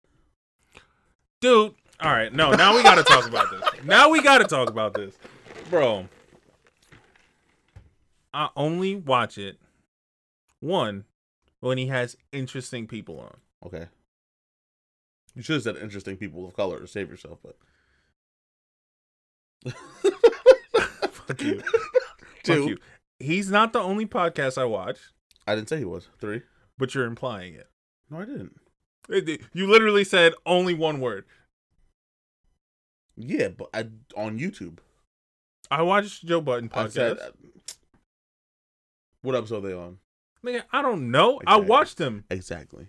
Dude, all right. No, now we got to talk about this. Now we got to talk about this. Bro, I only watch it one when he has interesting people on. Okay. You should have said interesting people of color to save yourself, but. Fuck you. Two. Fuck you. He's not the only podcast I watch, I didn't say he was. Three. but you're implying it. No, I didn't. It- it- You literally said only one word. Yeah, but I on YouTube. I watched Joe Button I podcast. said. what episode they on? Nigga, I don't know. I Exactly. watched them. Exactly.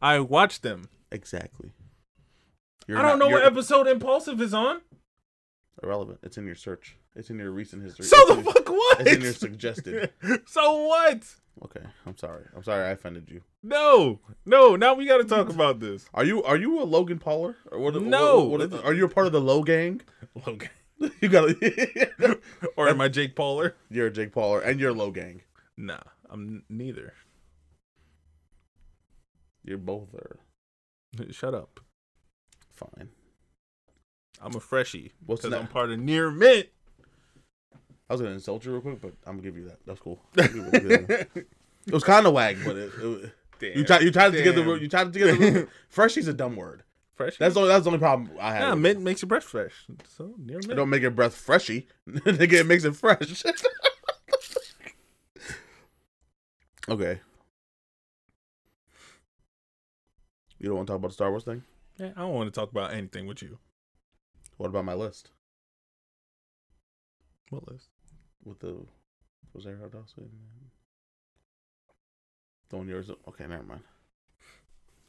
I watched them. Exactly. I don't know what episode. episode Impulsive is on. Irrelevant. It's in your search. It's in your recent history. So It's the in- fuck what? It's in your suggested. so what? Okay, I'm sorry. I'm sorry I offended you. No, no. Now we got to talk about this. Are you are you a Logan Pauler? Or what, what- No. what is- are you a part of the Low gang? Okay. You gotta. Or am I Jake Pauler? you're a Jake Pauler and you're Low gang. Nah, I'm neither. You're both are Shut up. fine. I'm a freshie What's because that? I'm part of Near Mint. I was gonna insult you real quick, but I'm gonna give you that. That's cool. I'll give it- it was kind of wag, but it, it- you tried you tried to get the damn. you tried to get the freshie's a dumb word. freshie. That's the only, that's the only problem I have. Nah, with mint makes your breath fresh. So Near It Mint. don't make your breath freshy. Nigga, it makes it fresh. okay. You don't want to talk about the Star Wars thing? Yeah, I don't want to talk about anything with you. What about my list What list? with the Was Harold also in that? Throwing yours up. Okay, never mind.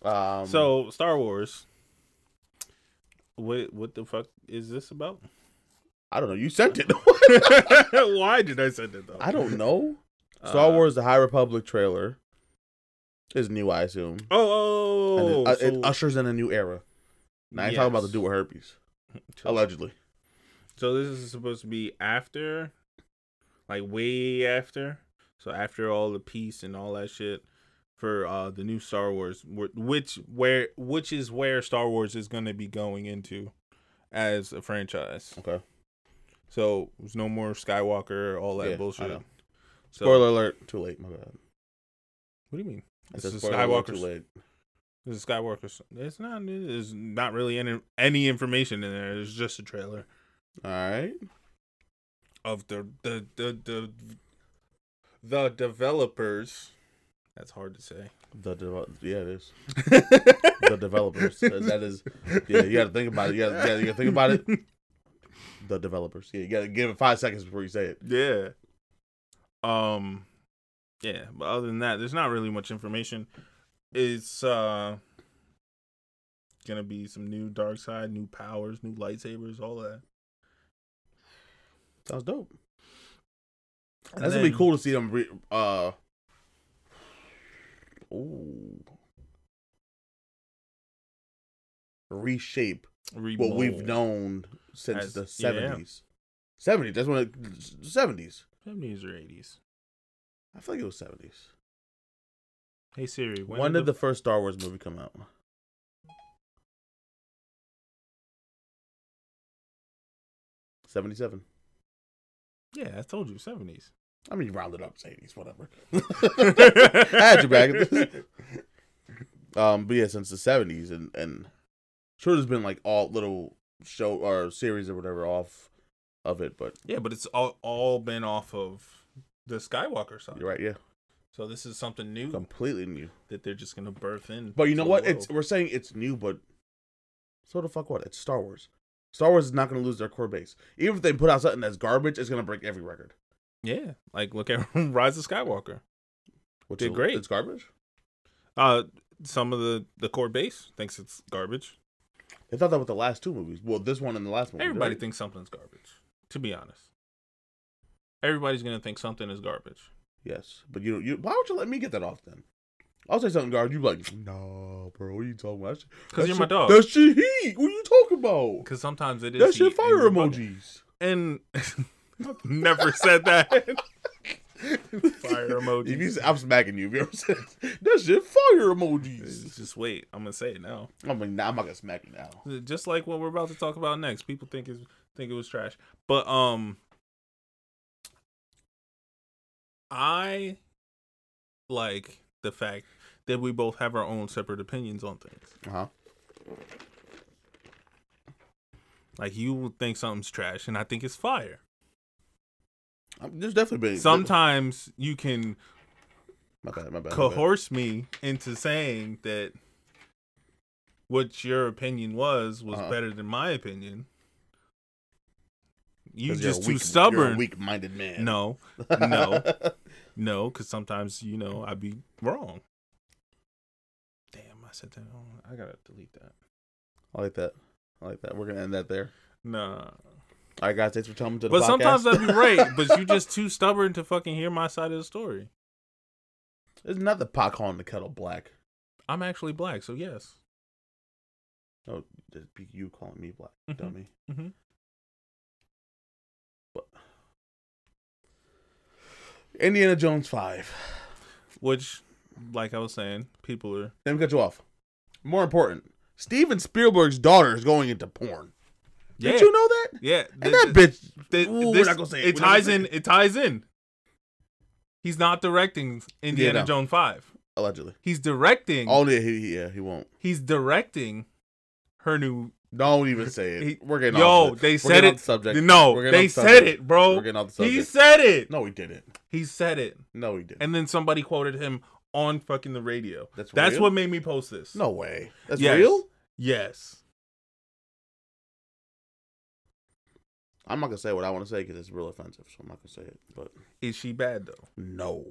Um, so Star Wars. What what the fuck is this about? I don't know. You sent it. Why did I send it though? I don't know. Star Uh, Wars: The High Republic trailer is new, I assume. Oh, And oh, it, uh, it so- ushers in a new era. Now I ain't talking about the yes. dude with herpes, allegedly. So this is supposed to be after, like way after. So after all the peace and all that shit for uh the new Star Wars, wh- which where which is where Star Wars is going to be going into as a franchise. Okay. So there's no more Skywalker, all that Yeah, I bullshit. know. So, Spoiler alert. Too late. My bad. What do you mean? I This said is spoiler alert, Too Skywalker's- late. This is Skywalker. It's not. There's not really any any information in there. It's just a trailer. All right. of the the the the, the developers. That's hard to say. The devel- yeah, it is the developers. That- that is. Yeah, you got to think about it. You got to you gotta think about it. The developers. Yeah, you got to give it five seconds before you say it. Yeah. Um. Yeah, but other than that, there's not really much information. It's uh gonna be some new dark side, new powers, new lightsabers, all that. Sounds dope. And That's gonna be then- cool to see them. Re- uh. Ooh. Reshape what we've Remold. known since As- the E yeah, yeah. seventies. Seventies. That's when it seventies. 70s or 80s. I feel like it was seventies. Hey Siri, When, did the first Star Wars movie come out? Seventy-seven. yeah? I told you 70s. I mean, you rounded up, it's eighties, whatever. I had you back. um, but yeah, since the seventies, and and sure, there's been like all little show or series or whatever off of it. But Yeah, but it's all, all been off of the Skywalker side. you're right, yeah, So this is something new completely new. that they're just gonna birth in. But you know to the what? It's world. we're saying it's new, but so the fuck what? It's Star Wars. Star Wars is not going to lose their core base. Even if they put out something that's garbage, it's going to break every record. yeah. Like look at Rise of Skywalker. Which Did is- great. It's garbage. Uh, some of the the core base thinks it's garbage. They thought that with the last two movies. Well, this one and the last one. Everybody right? thinks something's garbage. To be honest, everybody's gonna think something is garbage. Yes, but you you why would you let me get that off then? I'll say something, guard. You be like, no, bro. What are you talking about? That shit- Because that you're my shit- dog. That shit heat. What are you talking about? Because sometimes it is. That shit heat and fire you're bugging. emojis. And I've never said that. fire emojis. If you, say- I'm smacking you. If you ever said that shit fire Just- emojis. Just wait. I'm gonna say it now. I'm like, nah, I'm not gonna smack you now. just like what we're about to talk about next. People think is think it was trash, but um, I like the fact that we both have our own separate opinions on things. Uh huh. Like you will think something's trash, and I think it's fire. Um, There's definitely been Sometimes you can My bad. My bad. my bad. coerce me into saying that what your opinion was was Uh-huh. better than my opinion. You 'Cause you're a just weak- too you're a stubborn. weak-minded man. No, no. No, because sometimes you know I'd be wrong. Damn, I said that. Wrong. I gotta delete that. I like that. I like that. We're gonna end that there. Nah, All right, guys. Thanks for coming to the but podcast. sometimes I'd be right. But you just too stubborn to fucking hear my side of the story. it's not the pot calling the kettle black. I'm actually black, so yes. No, it'd be you calling me black, Mhm. dummy. Mhm. But Indiana Jones five. Which, like I was saying, people are Let me cut you off. More important, Steven Spielberg's daughter is going into porn. yeah, Did you know that? yeah. And th- that th- bitch. th- Ooh, we're this- not gonna say it. it We're not gonna ties say in. it. It ties in. He's not directing Indiana no. Jones Five. Allegedly. He's directing. Oh yeah, he, he- yeah, he won't. he's directing her new Don't even say it. He- We're getting Yo, off the- they we're said getting it. off the subject. We're No, getting they off the subject. said it, bro. We're getting off the subject. He said it. No, he didn't. He said it. No, he didn't. And then somebody quoted him on fucking the radio. That's That's real? what made me post this. No way. That's Yes. real. Yes. I'm not gonna say what I want to say because it's real offensive, so I'm not gonna say it. But Is she bad though? no.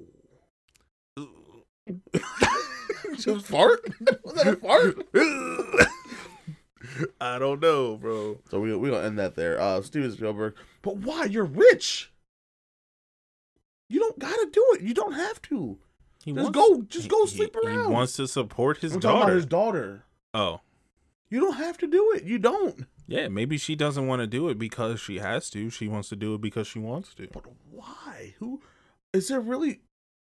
Just fart? Was that a fart? I don't know, bro. so we we gonna end that there. Uh, Steven Spielberg. But why? You're rich. You don't gotta do it. You don't have to. He Just wants- go. Just go he- sleep he- around. He wants to support his We're talking about daughter. his daughter. oh, You don't have to do it. You don't. yeah. Maybe she doesn't want to do it because she has to. She wants to do it because she wants to. But why? Who is there really?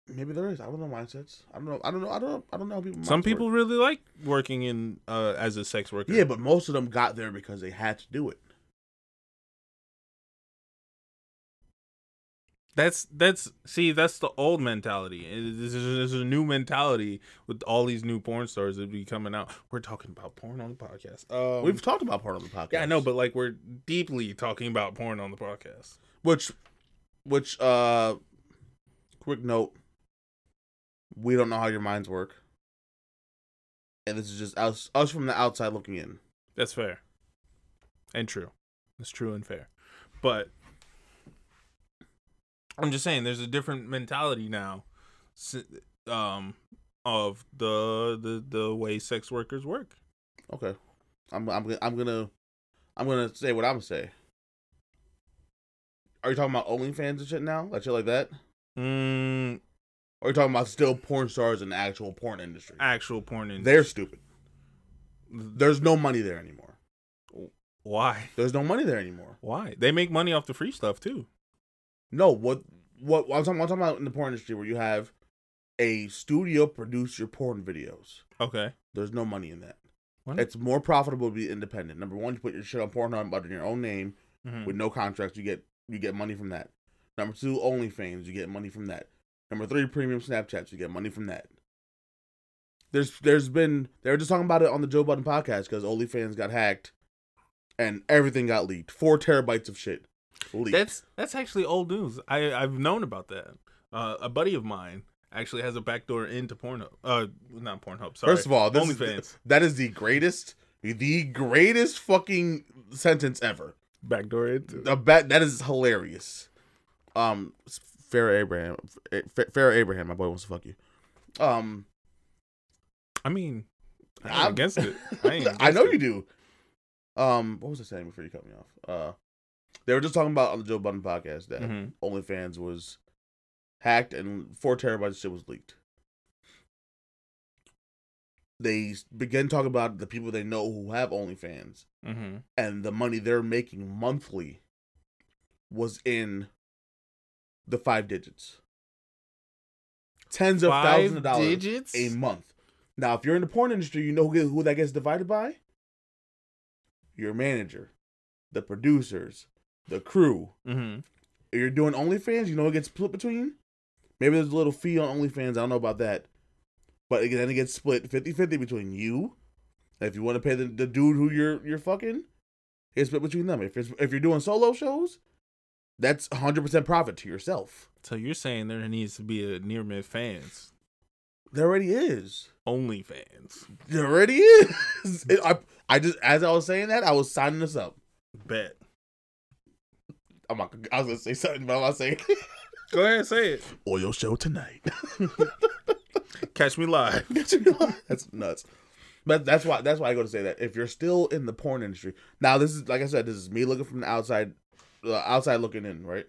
Maybe there is. I don't know mindsets. I don't know. I don't know. I don't. Know, I don't know. how People Some minds work. people really like working in uh, as a sex worker. Yeah, but most of them got there because they had to do it. That's that's see that's the old mentality. It- This is, this is a new mentality with all these new porn stars that be coming out. We're talking about porn on the podcast. Um, We've talked about part of the podcast. yeah, I know, but like we're deeply talking about porn on the podcast. which, which, uh, quick note: we don't know how your minds work, and this is just us, us from the outside looking in. That's fair and true. That's true and fair, but I'm just saying there's a different mentality now, s- um, of the the the way sex workers work. Okay, I'm, I'm, gonna- I'm gonna, I'm gonna say what I'm gonna say. Are you talking about OnlyFans and shit now, like shit like that? Mm, Or are you talking about still porn stars in the actual porn industry? actual porn in They're stupid. There's no money there anymore. why. There's no money there anymore. Why? They make money off the free stuff too. No, what what I'm talking, I'm talking about in the porn industry where you have a studio produce your porn videos. Okay. There's no money in that. What? It's more profitable to be independent. Number one, you put your shit on Pornhub under your own name Mm-hmm. Hmm. with no contracts. You get you get money from that. Number two, OnlyFans. You get money from that. Number three, premium Snapchats. You get money from that. There's there's been they were just talking about it on the Joe Budden podcast because OnlyFans got hacked, and everything got leaked. Four terabytes of shit leaked. That's that's actually old news. I I've known about that. Uh, a buddy of mine actually has a backdoor into Pornhub. Uh, not Pornhub. Sorry. First of all, this is the- OnlyFans that is the greatest, the greatest fucking sentence ever. backdoor into. A ba- that is hilarious. Um, Farrah Abraham, Fa- Farrah Abraham, my boy wants to fuck you. Um, I mean, I ain't I'm- against it. I, ain't I know against you do. Um, what was I saying before you cut me off? Uh, they were just talking about on the Joe Budden podcast it. that Mhm. OnlyFans was hacked and four terabytes of shit was leaked. They s- began talking about the people they know who have OnlyFans Mhm. and the money they're making monthly was in the five digits. Tens of Five thousands of dollars digits? a month. Now, if you're in the porn industry, you know who, who that gets divided by? Your manager, the producers, the crew. Mhm. If you're doing OnlyFans, you know it gets split between? Maybe there's a little fee on OnlyFans. I don't know about that. But it, then it gets split 50 50 between you. If you want to pay the, the dude who you're you're fucking, it's split between them. If, it's, if you're doing solo shows, that's 100% profit to yourself. So you're saying there needs to be a near mid fans, There already is. only fans. There already is. It- I, I just as I was saying that, I was signing this up. Bet. I'm not, gonna- I was gonna say something, but I'm not saying Go ahead, say it. oil show tonight. Catch me live. that's nuts. But that's why that's why I go to say that if you're still in the porn industry now, this is like I said, this is me looking from the outside, uh, outside looking in, right?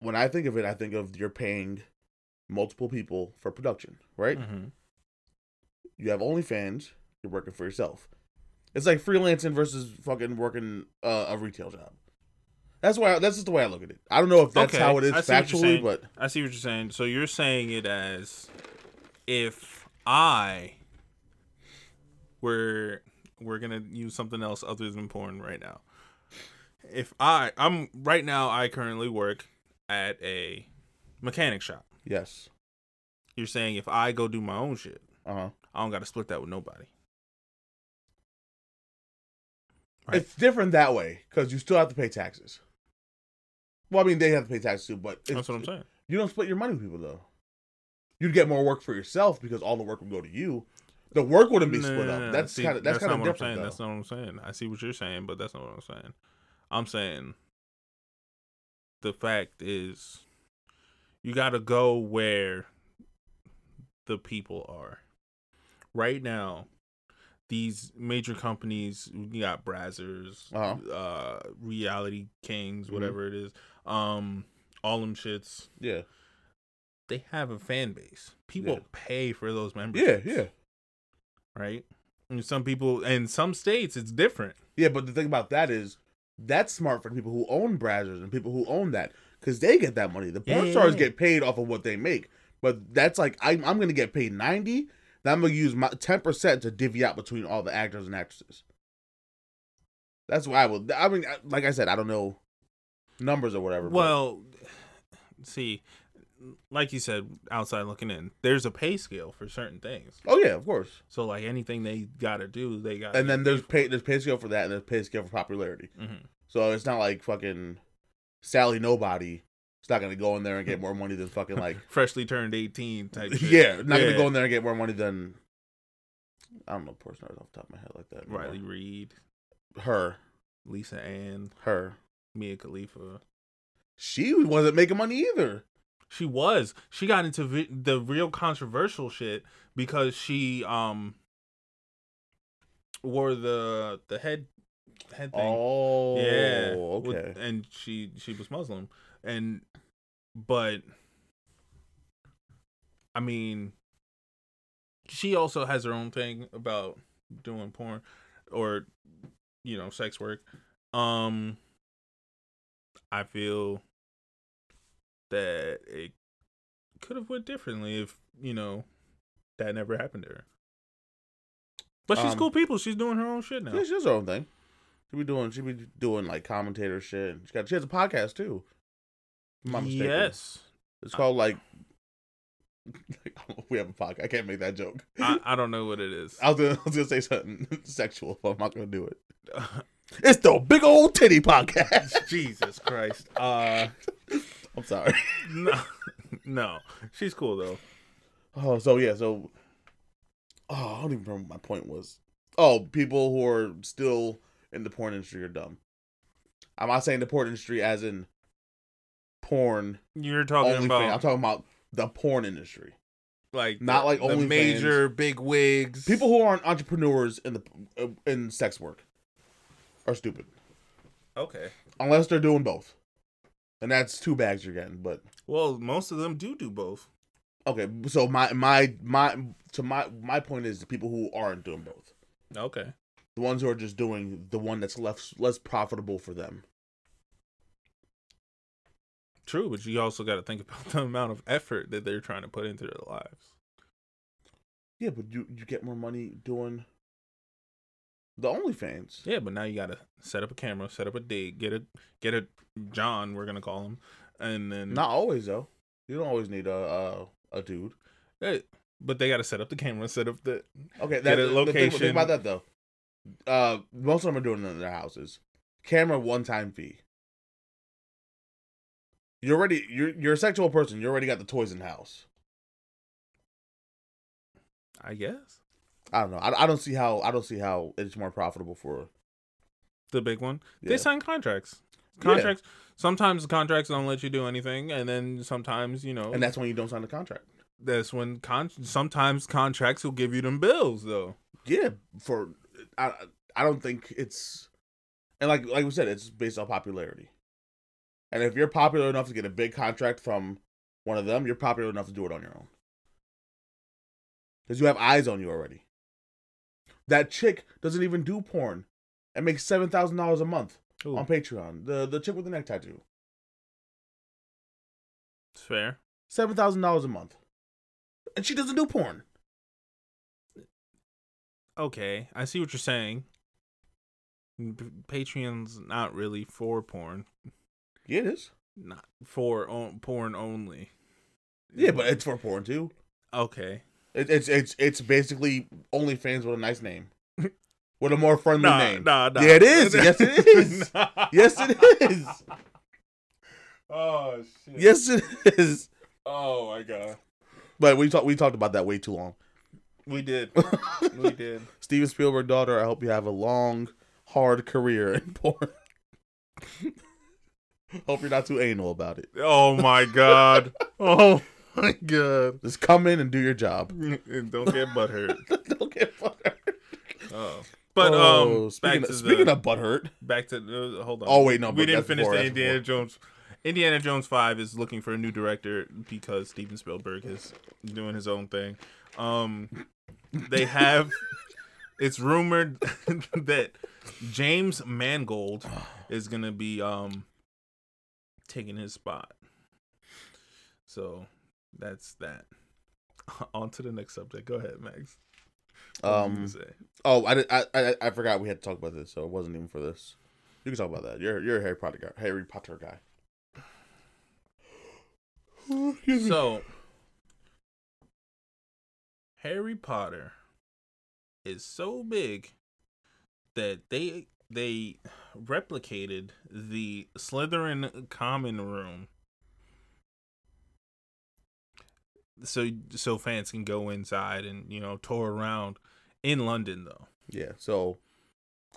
When I think of it, I think of you're paying multiple people for production, right? Mhm. You have OnlyFans, you're working for yourself. It's like freelancing versus fucking working uh, a retail job. That's why that's just the way I look at it. I don't know if that's Okay, how it is I see what you're factually, saying. but I see what you're saying. So you're saying it as if I were we're gonna use something else other than porn right now. If I I'm right now I currently work at a mechanic shop. yes, You're saying if I go do my own shit, uh huh. I don't gotta split that with nobody. Right. It's different that way because you still have to pay taxes. Well, I mean, they have to pay taxes too, but it's- That's what I'm saying. You don't split your money with people though. You'd get more work for yourself because all the work would go to you. The work wouldn't be No, split no, up. no, no. That's See, kind of that's, not kind of what I'm different. saying. though. That's not what I'm saying. I see what you're saying, but that's not what I'm saying. I'm saying the fact is you got to go where the people are. Right now, these major companies, you got Brazzers, Uh-huh. uh, Reality Kings, Mhm. whatever it is, um, all them shits, yeah, they have a fan base. People Yeah. pay for those memberships yeah, yeah, right? And some people in some states it's different. yeah. But the thing about that is that's smart for people who own Brazzers and people who own that because they get that money. The Yeah, porn yeah, stars yeah. get paid off of what they make, but that's like I'm I'm gonna get paid ninety. Then I'm gonna use my ten percent to divvy out between all the actors and actresses. That's why I would. I mean, I- like I said, I don't know numbers or whatever. but- Well, see, like you said, outside looking in, there's a pay scale for certain things. oh yeah, of course. So like anything they got to do, Mm-hmm. they got. and then there's pay there's pay scale for that and there's pay scale for popularity. So it's not like fucking Sally Nobody. It's not gonna go in there and get more money than fucking like freshly turned eighteen type. Shit. yeah, not uh, Yeah. gonna go in there and get more money than I don't know person off the top of my head like that. anymore. Riley Reed, her, Lisa Ann, her. Mia Khalifa. She wasn't making money either. She was. She got into vi- the real controversial shit because she um wore the the head head thing. Oh, yeah with- okay. and she she was muslim and but i mean she also has her own thing about doing porn or you know sex work um i feel that it could have went differently if you know that never happened to her but she's Um, cool people she's doing her own shit now Yeah, she does her own thing. She be doing she be doing like commentator shit. She got she has a podcast too. If I'm not mistaken. yes It's called like, we have a podcast. I can't make that joke. I, I don't know what it is. I was, gonna, I was gonna say something sexual, but I'm not gonna do it. It's the big old titty podcast. Jesus Christ. Uh, I'm sorry. no, no, she's cool though. Oh, so yeah, so oh, I don't even remember what my point was. Oh, people who are still in the porn industry are dumb. I'm not saying the porn industry as in porn You're talking only. about fan. I'm talking about the porn industry. like not the- like the OnlyFans. major big wigs. People who aren't entrepreneurs in the uh, in sex work are stupid. okay. unless they're doing both, and that's two bags you're getting. But Well, most of them do do both. okay, so my my my to my my point is the people who aren't doing both, Okay. the ones who are just doing the one that's less less profitable for them. True, but you also got to think about the amount of effort that they're trying to put into their lives. Yeah, but you you get more money doing the OnlyFans. Yeah, but now you got to set up a camera, set up a date, get a get a John, we're gonna call him, and then Not always though. You don't always need a a, a dude. Hey, but they got to set up the camera, set up the Okay, Get that a the thing- location. Think about that though. Uh, most of them are doing it in their houses. Camera one time fee. You're already you're you're a sexual person. You already got the toys in the house. I guess I don't know. I, I don't see how I don't see how it's more profitable for. the big one. Yeah. They sign contracts. Yeah. Contracts. Sometimes contracts don't let you do anything, and then sometimes you know. and that's when you don't sign the contract. that's when con. Sometimes contracts will give you them bills though. Yeah, for I I don't think it's, and like like we said, it's based on popularity. And if you're popular enough to get a big contract from one of them, you're popular enough to do it on your own. Because you have eyes on you already. That chick doesn't even do porn, and makes seven thousand dollars a month on Patreon. The the chick with the neck tattoo, It's fair. seven thousand dollars a month, and she doesn't do porn. Okay, I see what you're saying. P- Patreon's not really for porn, Yeah, it is. not for on- porn only. Yeah, but it's for porn too. okay. It, it's it's it's basically OnlyFans with a nice name, with a more friendly Nah, name. nah, nah. Yeah, it is. Yes, it is. Nah. Yes, it is. Oh shit. Yes, it is. Oh my god. But we talked we talked about that way too long. We did. we did. Steven Spielberg daughter, I hope you have a long, hard career in porn. hope you're not too anal about it. Oh my god. Oh my god. Just come in and do your job. And Don't get butthurt. Don't get butthurt. Oh. But Oh, um, speaking, back of, to speaking the, of butthurt, back to uh, hold on. Oh, wait, no, we but didn't that's finish before, the that's Indiana before. Jones. Indiana Jones Five is looking for a new director because Steven Spielberg is doing his own thing. Um, they have. it's rumored that James Mangold is gonna be um taking his spot. So that's that. On to the next subject. Go ahead, Max. What were you gonna um, say? oh, I, did, I I I forgot we had to talk about this, so it wasn't even for this. You can talk about that. You're you're a Harry Potter guy. Harry Potter guy. Excuse me. So, Harry Potter is so big that they they replicated the Slytherin common room. So so fans can go inside and you know tour around in London though. yeah. So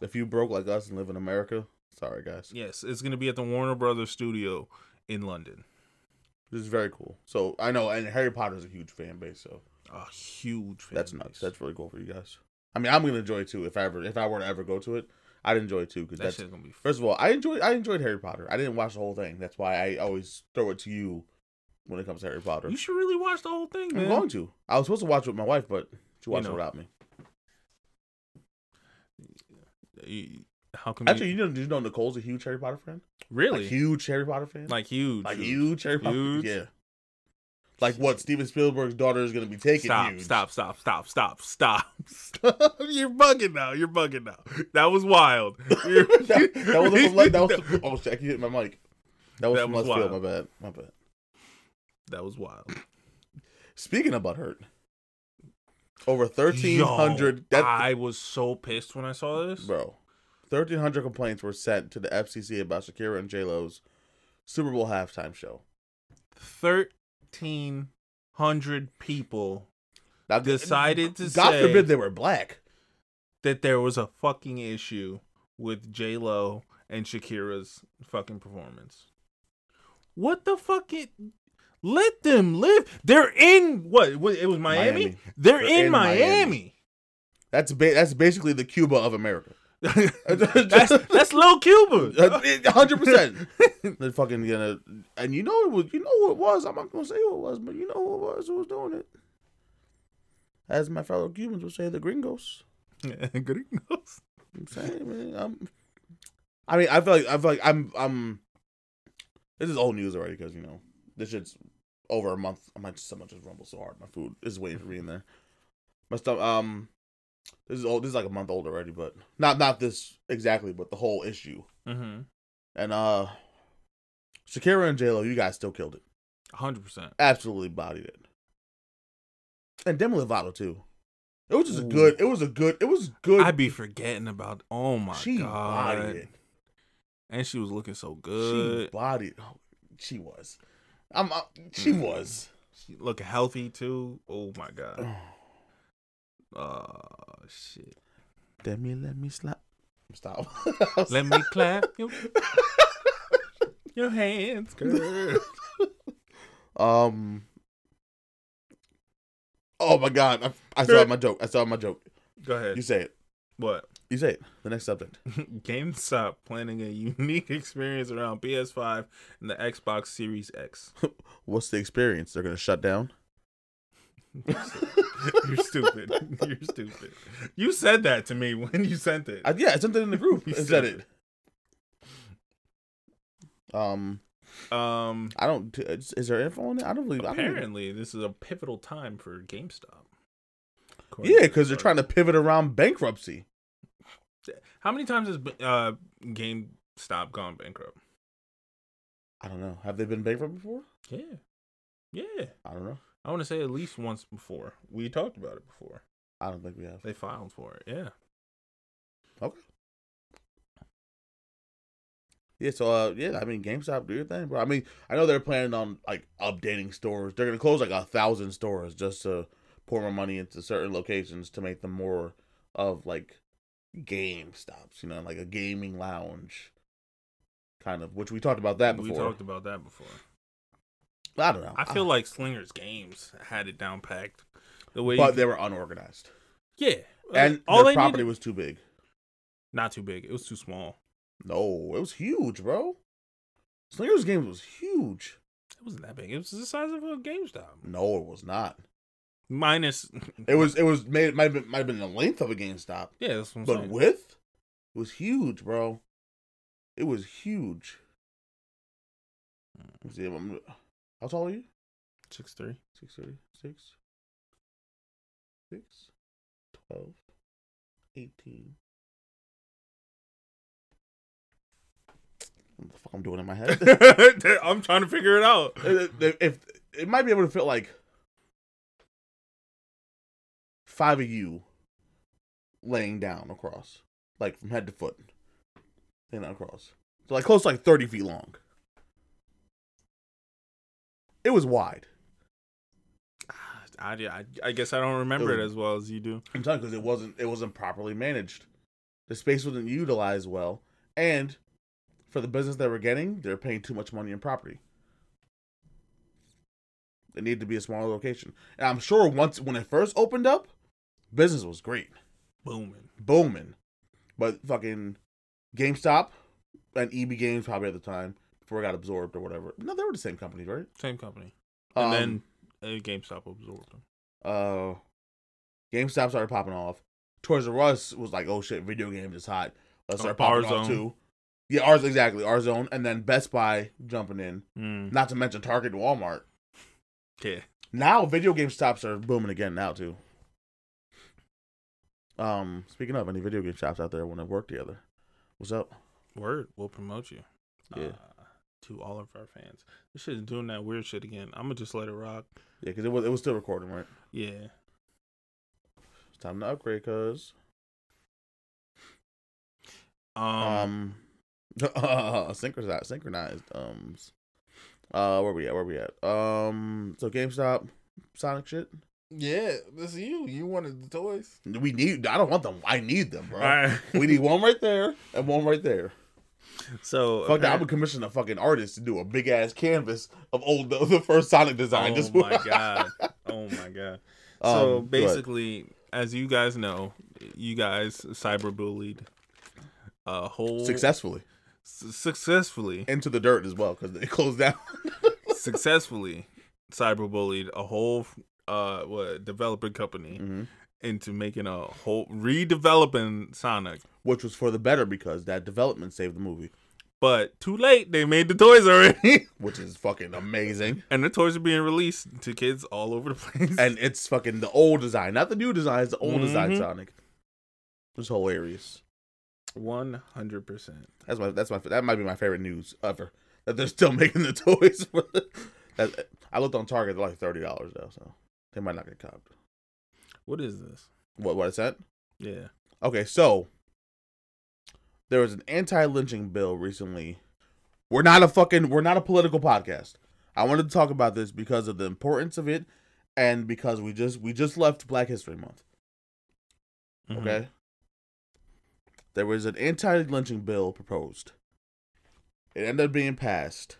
if you broke like us and live in America, sorry guys. Yes, it's going to be at the Warner Brothers studio in London. This is very cool. So I know, and Harry Potter's a huge fan base, so A huge fan that's base. nuts. That's really cool for you guys. I mean, I'm gonna enjoy it too. If I ever, if I were to ever go to it, I'd enjoy it too. Because that that's shit's gonna be first of all, I enjoyed, I enjoyed Harry Potter. I didn't watch the whole thing. That's why I always throw it to you when it comes to Harry Potter. You should really watch the whole thing, I'm man. going to. I was supposed to watch it with my wife, but she You watched know. it without me. You- How come? Actually, you, you know, did you know Nicole's a huge Harry Potter fan? really, Like huge Harry Potter fan. like huge, like huge Harry Potter. Huge? Yeah. Like what Steven Spielberg's daughter is gonna be taking. Stop, huge. stop, stop, stop, stop, stop, stop. You're bugging now. You're bugging now. That was wild. You're- that, that was from like that was from- oh shit, I keep hitting my mic. That was That from was left field. My bad. wild. My bad. That was wild. Speaking of butthurt, over thirteen hundred. Yo, That I was so pissed when I saw this. bro, thirteen hundred complaints were sent to the FCC about Shakira and J Lo's Super Bowl halftime show. Thirteen hundred people Now, Decided to God say- forbid they were black. that there was a fucking issue with J Lo and Shakira's fucking performance. What the fuck? It, let them live. They're in what? what it was Miami. Miami. They're, They're in, in Miami. That's ba- that's basically the Cuba of America. Uh, that's that's Lil Cuba. hundred percent. They're fucking gonna, and you know it was, you know who it was. I'm not gonna say who it was, but you know who it was who was doing it. As my fellow Cubans would say, the gringos. Good enough. I'm saying, man, I'm, I mean, I feel like I feel like I'm I'm. This is old news already because you know this shit's over a month. I might just someone just rumble so hard. My food is waiting for me in there. My stuff. Um, this is old. This is like a month old already, but not not this exactly, but the whole issue. Mm-hmm. And uh Shakira and JLo, you guys still killed it. Hundred percent. Absolutely bodied it. And Demi Lovato too. It was just a good. It was a good. It was good. I'd be forgetting about. Oh my she bodied god. it. And she was looking so She good. bodied. Oh, she was. I'm. I, she Mm. was. She looking healthy too. Oh my god. Oh shit. Demi, let me slap. Stop. Let me clap your, your hands, girl. um. Oh my god! I, I saw my joke. I saw my joke. Go You ahead. say it. What? You say it. The next subject. GameStop planning a unique experience around PS5 and the Xbox Series X. What's the experience? They're gonna shut down. You're stupid. You're stupid. You said that to me when you sent it. I, yeah, it's something in the group. You Is that stupid. it? Um, Um. I don't. Is is there info on it? I don't believe. I don't, even- Apparently, this is a pivotal time for GameStop. According yeah, to because they're this trying to pivot around bankruptcy. article. How many times has uh GameStop gone bankrupt? I don't know. Have they been bankrupt before? Yeah. Yeah. I don't know. I want to say at least once before. We talked about it before. I don't think we have. They filed for it. Yeah. Yeah. So uh, yeah. I mean, GameStop do your thing, bro. I mean, I know they're planning on like updating stores. They're gonna close like a thousand stores just to pour more money into certain locations to make them more of like game stops, you know, like a gaming lounge kind of, which we talked about that We before. Oh, talked about that before. I don't know. I feel like Slingers Games had it down packed. The way, but you- they were unorganized. yeah, Uh, And all their they property needed was too big. not too big. It was too small. No, it was huge, bro. Slingers Games was huge. It wasn't that big. It was the size of a GameStop. No, it was not. Minus, It was it was made might have been might have been the length of a GameStop. yeah, that's what I'm but saying. width was huge, bro. It was huge. Let's see, I'm, how tall are you? Six three. Six thirty, six, six, twelve, eighteen. What the fuck I'm doing in my head? I'm trying to figure it out. if, uh, if it might be able to fit like five of you laying down across, like from head to foot, laying down across, so like close to like thirty feet long. It was wide. I, I, I guess I don't remember it as well as you do. I'm telling because it wasn't it wasn't properly managed. The space wasn't utilized well, and for the business they were getting, they're paying too much money in property. It needed to be a smaller location, and I'm sure once when it first opened up, business was great, Booming. booming. But fucking GameStop and EB Games probably at the time before it got absorbed or whatever. No, they were the same companies, right? Same company. And Um, then then uh, GameStop absorbed them. uh GameStop started popping off. Toys R Us was like, oh shit, video games is hot. Let's Oh, start popping off Warzone. too. Yeah, ours exactly, our zone, and then Best Buy jumping in. Mm. Not to mention Target and Walmart. Yeah. Now video game stops are booming again now too. Um, speaking of any video game shops out there want to work together. What's up? Word. We'll promote you. Yeah. Uh, to all of our fans. This shit is doing that weird shit again. I'm going to just let it rock. Yeah, because it was it was still recording, right? Yeah. It's time to upgrade, cause Um, um, synchronized Um, synchronized um uh where we at where we at um so gamestop sonic shit Yeah, this is you. You wanted the toys. we need i don't want them i need them bro All right. we need one right there and one right there So fuck that i apparent- would commission a fucking artist to do a big ass canvas of old the, the first sonic design Oh just my god. Oh my god. So Um, go ahead. basically, as you guys know, you guys cyberbullied a whole successfully su- successfully into the dirt as well because they closed down successfully cyberbullied a whole uh what developer company Mhm. into making a whole redeveloping Sonic. which was for the better because that development saved the movie But too late, they made the toys already, which is fucking amazing and the toys are being released to kids all over the place. and it's fucking the old design, not the new design. It's the old design Mhm. Sonic. It's hilarious. one hundred percent. That's my that's my that might be my favorite news ever. That they're still making the toys. For the, that, I looked on Target; they're like thirty dollars though, so they might not get copped. What is this? What what is that? Yeah. Okay, so there was an anti-lynching bill recently. We're not a fucking we're not a political podcast. I wanted to talk about this because of the importance of it and because we just we just left Black History Month. Mhm. Okay. There was an anti-lynching bill proposed. It ended up being passed.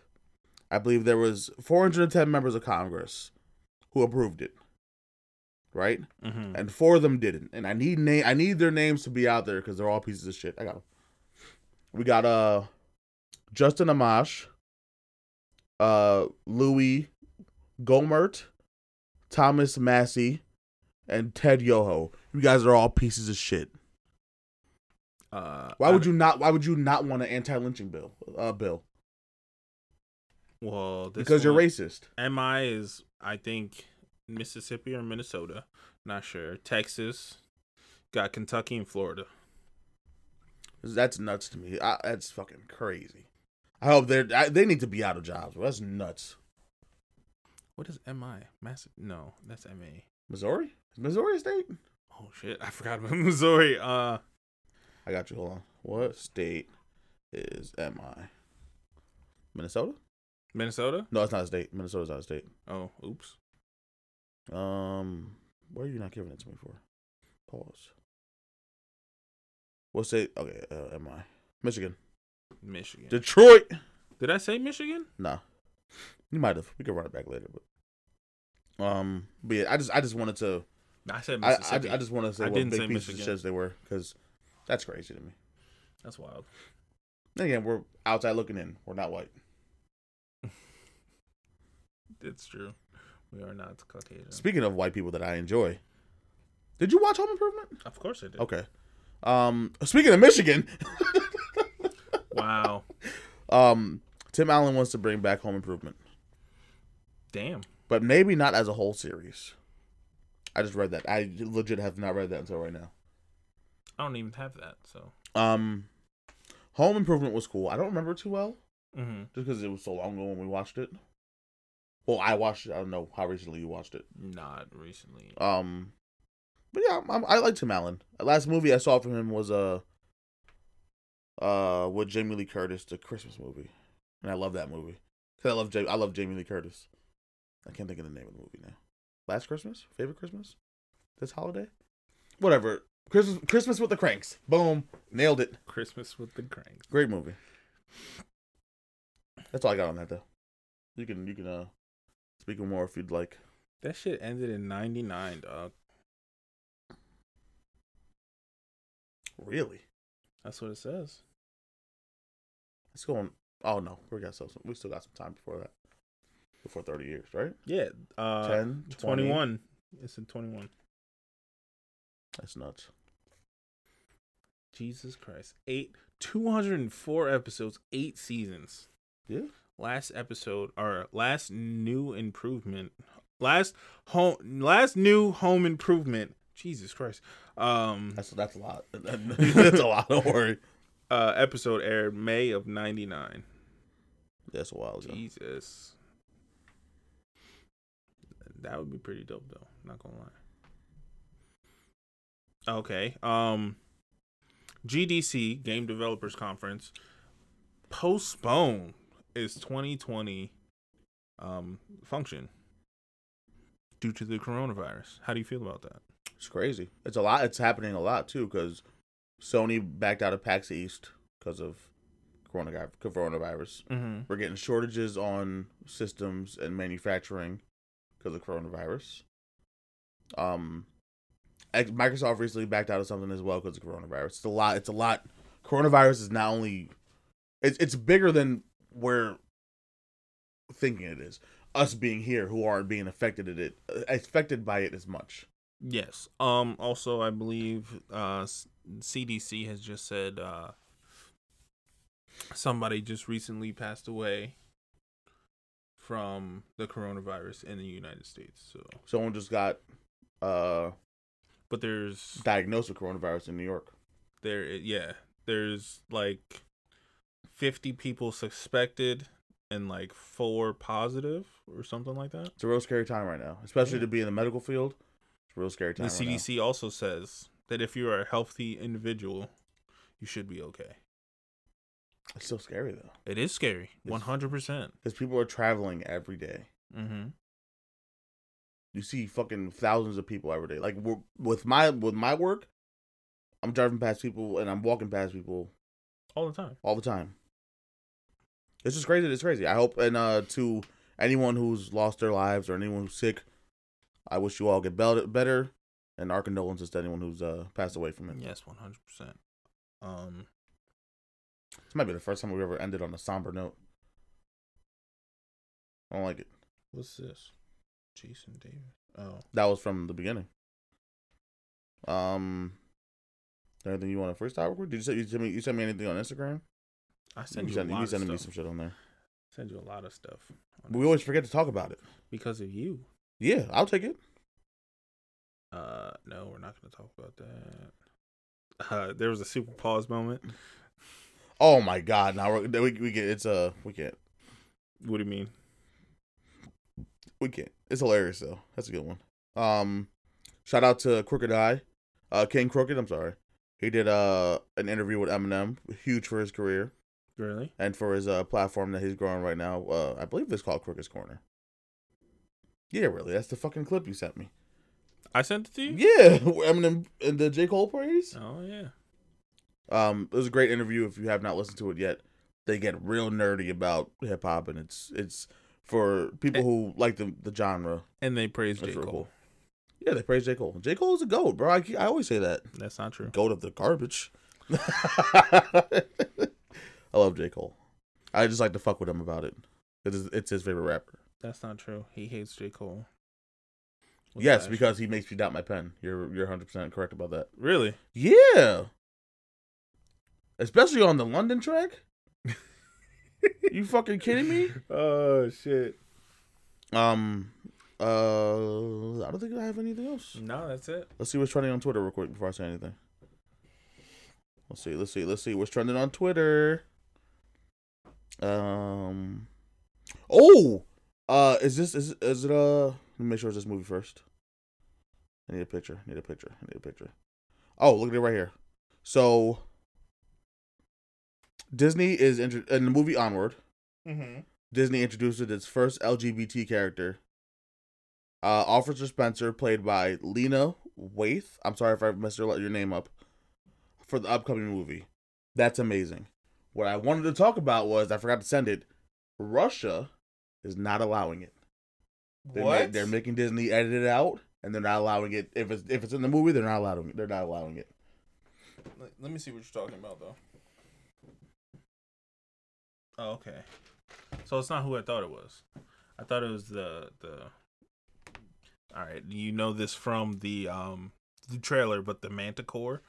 I believe there was 410 members of Congress who approved it. Right? Mhm. And four of them didn't. And I need name I need their names to be out there cuz they're all pieces of shit. I got 'em. We got uh Justin Amash, uh Louis Gomert, Thomas Massey, and Ted Yoho. You guys are all pieces of shit. Uh, Why I would you not? Why would you not want an anti-lynching bill? Uh, bill Well, this because you're one- racist. MI is, I think, Mississippi or Minnesota. Not sure. Texas. Got Kentucky and Florida. That's nuts to me. I, that's fucking crazy. I hope they're I, they need to be out of jobs. That's nuts. What is MI? Mass? No, that's MA. Missouri, Is Missouri a state. Oh shit, I forgot about Missouri. Uh, I got you. Hold on. What state is am I? Minnesota? Minnesota. No, it's not a state. Minnesota's not a state. Oh, oops. Um, Why are you not giving it to me for? Pause. What state? Okay, uh, am I? Michigan. Michigan. Did, Detroit. I say Michigan? Nah. You might have. We can run it back later, but um, but yeah, I just I just wanted to I said I I, I Mississippi. just want to say I what didn't big say pieces Michigan. of shits they were because that's crazy to me. That's wild. And again, we're outside looking in. We're not white. It's true. We are not Caucasian. Speaking of white people that I enjoy, did you watch Home Improvement? of course I did. Okay. Um, speaking of Michigan, Wow. um, Tim Allen wants to bring back Home Improvement, Damn. but maybe not as a whole series. I just read that. I legit have not read that until right now. I don't even have that. So. Um, Home Improvement was cool. I don't remember it too well hmm just because it was so long ago when we watched it. Well, I watched it. I don't know how recently you watched it. Not recently. Um, but yeah, I'm, I like Tim Allen. The last movie I saw from him was uh, uh, with Jamie Lee Curtis, the Christmas movie, and I love that movie because I love Jamie. I love Jamie Lee Curtis. I can't think of the name of the movie now. Last Christmas, favorite Christmas, this holiday, whatever. Christmas, Christmas with the Cranks. Boom, nailed it. Christmas with the Cranks. Great movie. That's all I got on that though. You can you can uh speak more if you'd like. That shit ended in '99, dog. Really? That's what it says. It's going. Oh no, we got some. We still got some time before that. Before thirty years, right? Yeah. Uh, 10, 20. 21. It's in 21. That's nuts. Jesus Christ. Eight. 204 episodes, eight seasons. Yeah. Last episode or last new improvement. Last home last new home improvement. Jesus Christ. Um That's that's a lot. that's a lot. Don't worry. uh episode aired May of 99. That's a while ago. Jesus. That would be pretty dope though, not gonna lie. Okay. Um GDC Game Developers Conference postpone its 2020 um function due to the coronavirus. How do you feel about that? It's crazy. It's a lot. It's happening a lot too because Sony backed out of PAX East because of coronavirus. Coronavirus. Mhm. We're getting shortages on systems and manufacturing because of coronavirus. Um, X- Microsoft recently backed out of something as well because of coronavirus. It's a lot. It's a lot. Coronavirus is not only it's it's bigger than we're thinking it is. Us being here, who aren't being affected at it, uh, affected by it as much. Yes. Um also I believe uh S- CDC has just said uh somebody just recently passed away from the coronavirus in the United States. So, Someone just got uh but there's diagnosed with coronavirus in New York. there yeah, there's like 50 people suspected and like 4 positive or something like that. It's a real scary time right now, especially Yeah. to be in the medical field. It's a real scary The time. right now. CDC also says that if you're a healthy individual, you should be okay. It's so scary though, It is scary. It's- 100%. because people are traveling every day. Mhm. You see fucking thousands of people every day. Like w- with my with my work, I'm driving past people and I'm walking past people all the time. all the time. It's just crazy. It's crazy. I hope and uh to anyone who's lost their lives or anyone who's sick, I wish you all get bel- better. And our condolences to anyone who's uh passed away from it. Yes, one hundred percent. Um, This might be the first time we've ever ended on a somber note. I don't like it. what's this? Jason Davis. Oh, That was from the beginning. Um, anything you want to freestyle real quick? Did you say you sent me you sent me anything on Instagram? I sent you you, sent, a lot you of sent stuff. me some shit on there. Send you a lot of stuff But we always forget to talk about it. because of you. Yeah, I'll take it. Uh, no, we're not going to talk about that. Uh, there was a super pause moment. Oh my god! Now we're, we we get it's uh, we can't What do you mean? we can't. It's hilarious though. That's a good one. Um, shout out to Crooked Eye, uh, King Crooked. I'm sorry. He did uh an interview with Eminem, huge for his career. Really? and for his uh, platform that he's growing right now. Uh, I believe it's called Crooked's Corner. Yeah, really. That's the fucking clip you sent me. I sent it to you. Yeah, Eminem and the J Cole parties. Oh yeah. Um, it was a great interview. If you have not listened to it yet, they get real nerdy about hip hop, and it's it's for Eh. people who like the the genre. And they praised It's J real Cole. cool. Yeah, they praise J Cole. J Cole is a goat, bro. I, ke- I always say that That's not true. goat of the garbage. I love J Cole. I just like to fuck with him about it. It is it's his favorite rapper. That's not true. He hates J Cole. With yes, passion. because he makes me doubt my pen. You're you're 100 percent correct about that. really. Yeah. Especially on the London track. you fucking kidding me? Oh shit. Um, uh, I don't think I have anything else. No, that's it. Let's see what's trending on Twitter real quick before I say anything. Let's see, let's see, let's see what's trending on Twitter. Um, oh, uh, is this is is it uh? Let me make sure it's this movie first. I need a picture. I need a picture. I need a picture. Oh, look at it right here. So Disney is inter- in the movie Onward. Mm-hmm. Disney introduced its first LGBT character. Uh, Officer Spencer, played by Lena Waithe. I'm sorry if I messed your, your name up. For the upcoming movie, that's amazing. What I wanted to talk about was I forgot to send it. Russia is not allowing it. They're, ma- What? they're making Disney edit it out, and they're not allowing it. If it's if it's in the movie, they're not allowing it. They're not allowing it. Let, let me see what you're talking about, though. Oh, okay. So it's not who I thought it was. I thought it was the the. All right, you know this from the um the trailer, but the Manticore.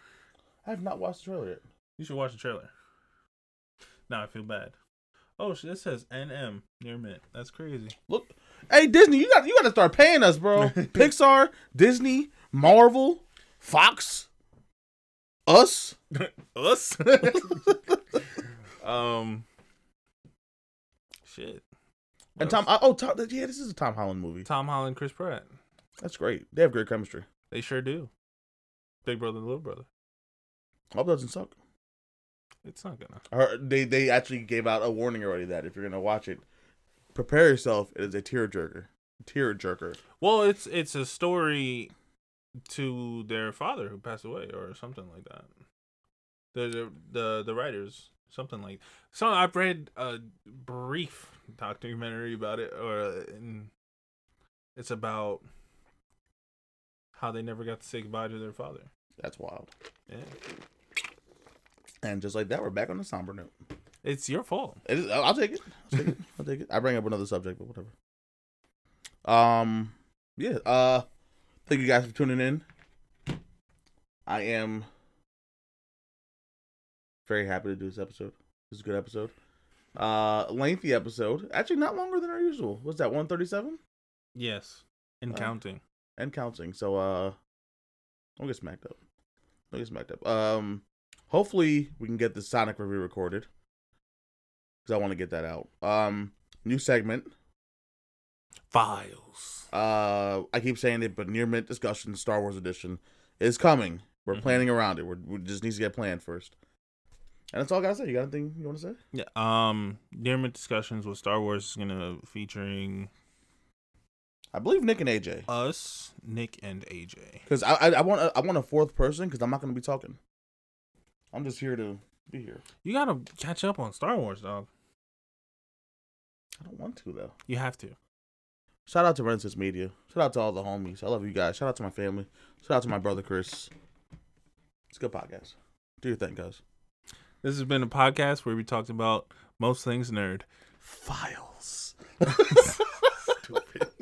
I have not watched the trailer yet. You should watch the trailer. Now I feel bad. Oh shit! It says NM near mint. That's crazy. Look, hey Disney, you got you got to start paying us, bro. Pixar, Disney, Marvel, Fox, us. Us. um. Shit. And Tom, oh Tom, yeah, this is a Tom Holland movie. Tom Holland, Chris Pratt. That's great. They have great chemistry. They sure do. Big brother and little brother. Hope doesn't suck. It's not gonna. I heard- They they actually gave out a warning already that if you're gonna watch it, prepare yourself. It is a tearjerker. Tearjerker. Well, it's it's a story to their father who passed away or something like that. The the the, the writers something like so I've read a brief documentary about it or uh, and it's about how they never got to say goodbye to their father. That's wild. Yeah. And just like that, we're back on the somber note. It's your fault. It is, I'll take it. I'll take it. I'll take it. I bring up another subject, but whatever. Um, yeah. Uh, thank you guys for tuning in. I am very happy to do this episode. This is a good episode. Uh, lengthy episode. Actually, not longer than our usual. What's that? One thirty-seven Yes. And Uh, counting. and counting. So, uh, don't get smacked up. Don't get smacked up. Um, hopefully we can get the Sonic review recorded because I want to get that out. Um, new segment. Files. uh I keep saying it, but near mint discussion, Star Wars edition is coming. We're Mhm. planning around it. We're, we just needs to get planned first. And that's all I gotta say. You got anything you want to say? Yeah. Um. Dermot discussions with Star Wars is gonna featuring I believe Nick and AJ us, Nick, and AJ. because I, I I want a, I want a fourth person because I'm not gonna be talking. I'm just here to be here. You gotta catch up on Star Wars, dog. I don't want to though. You have to. Shout out to Rensis Media. Shout out to all the homies. I love you guys. Shout out to my family. Shout out to my brother Chris. It's a good podcast. Do your thing, guys. This has been a podcast where we talked about most things nerd. Files. Stupid.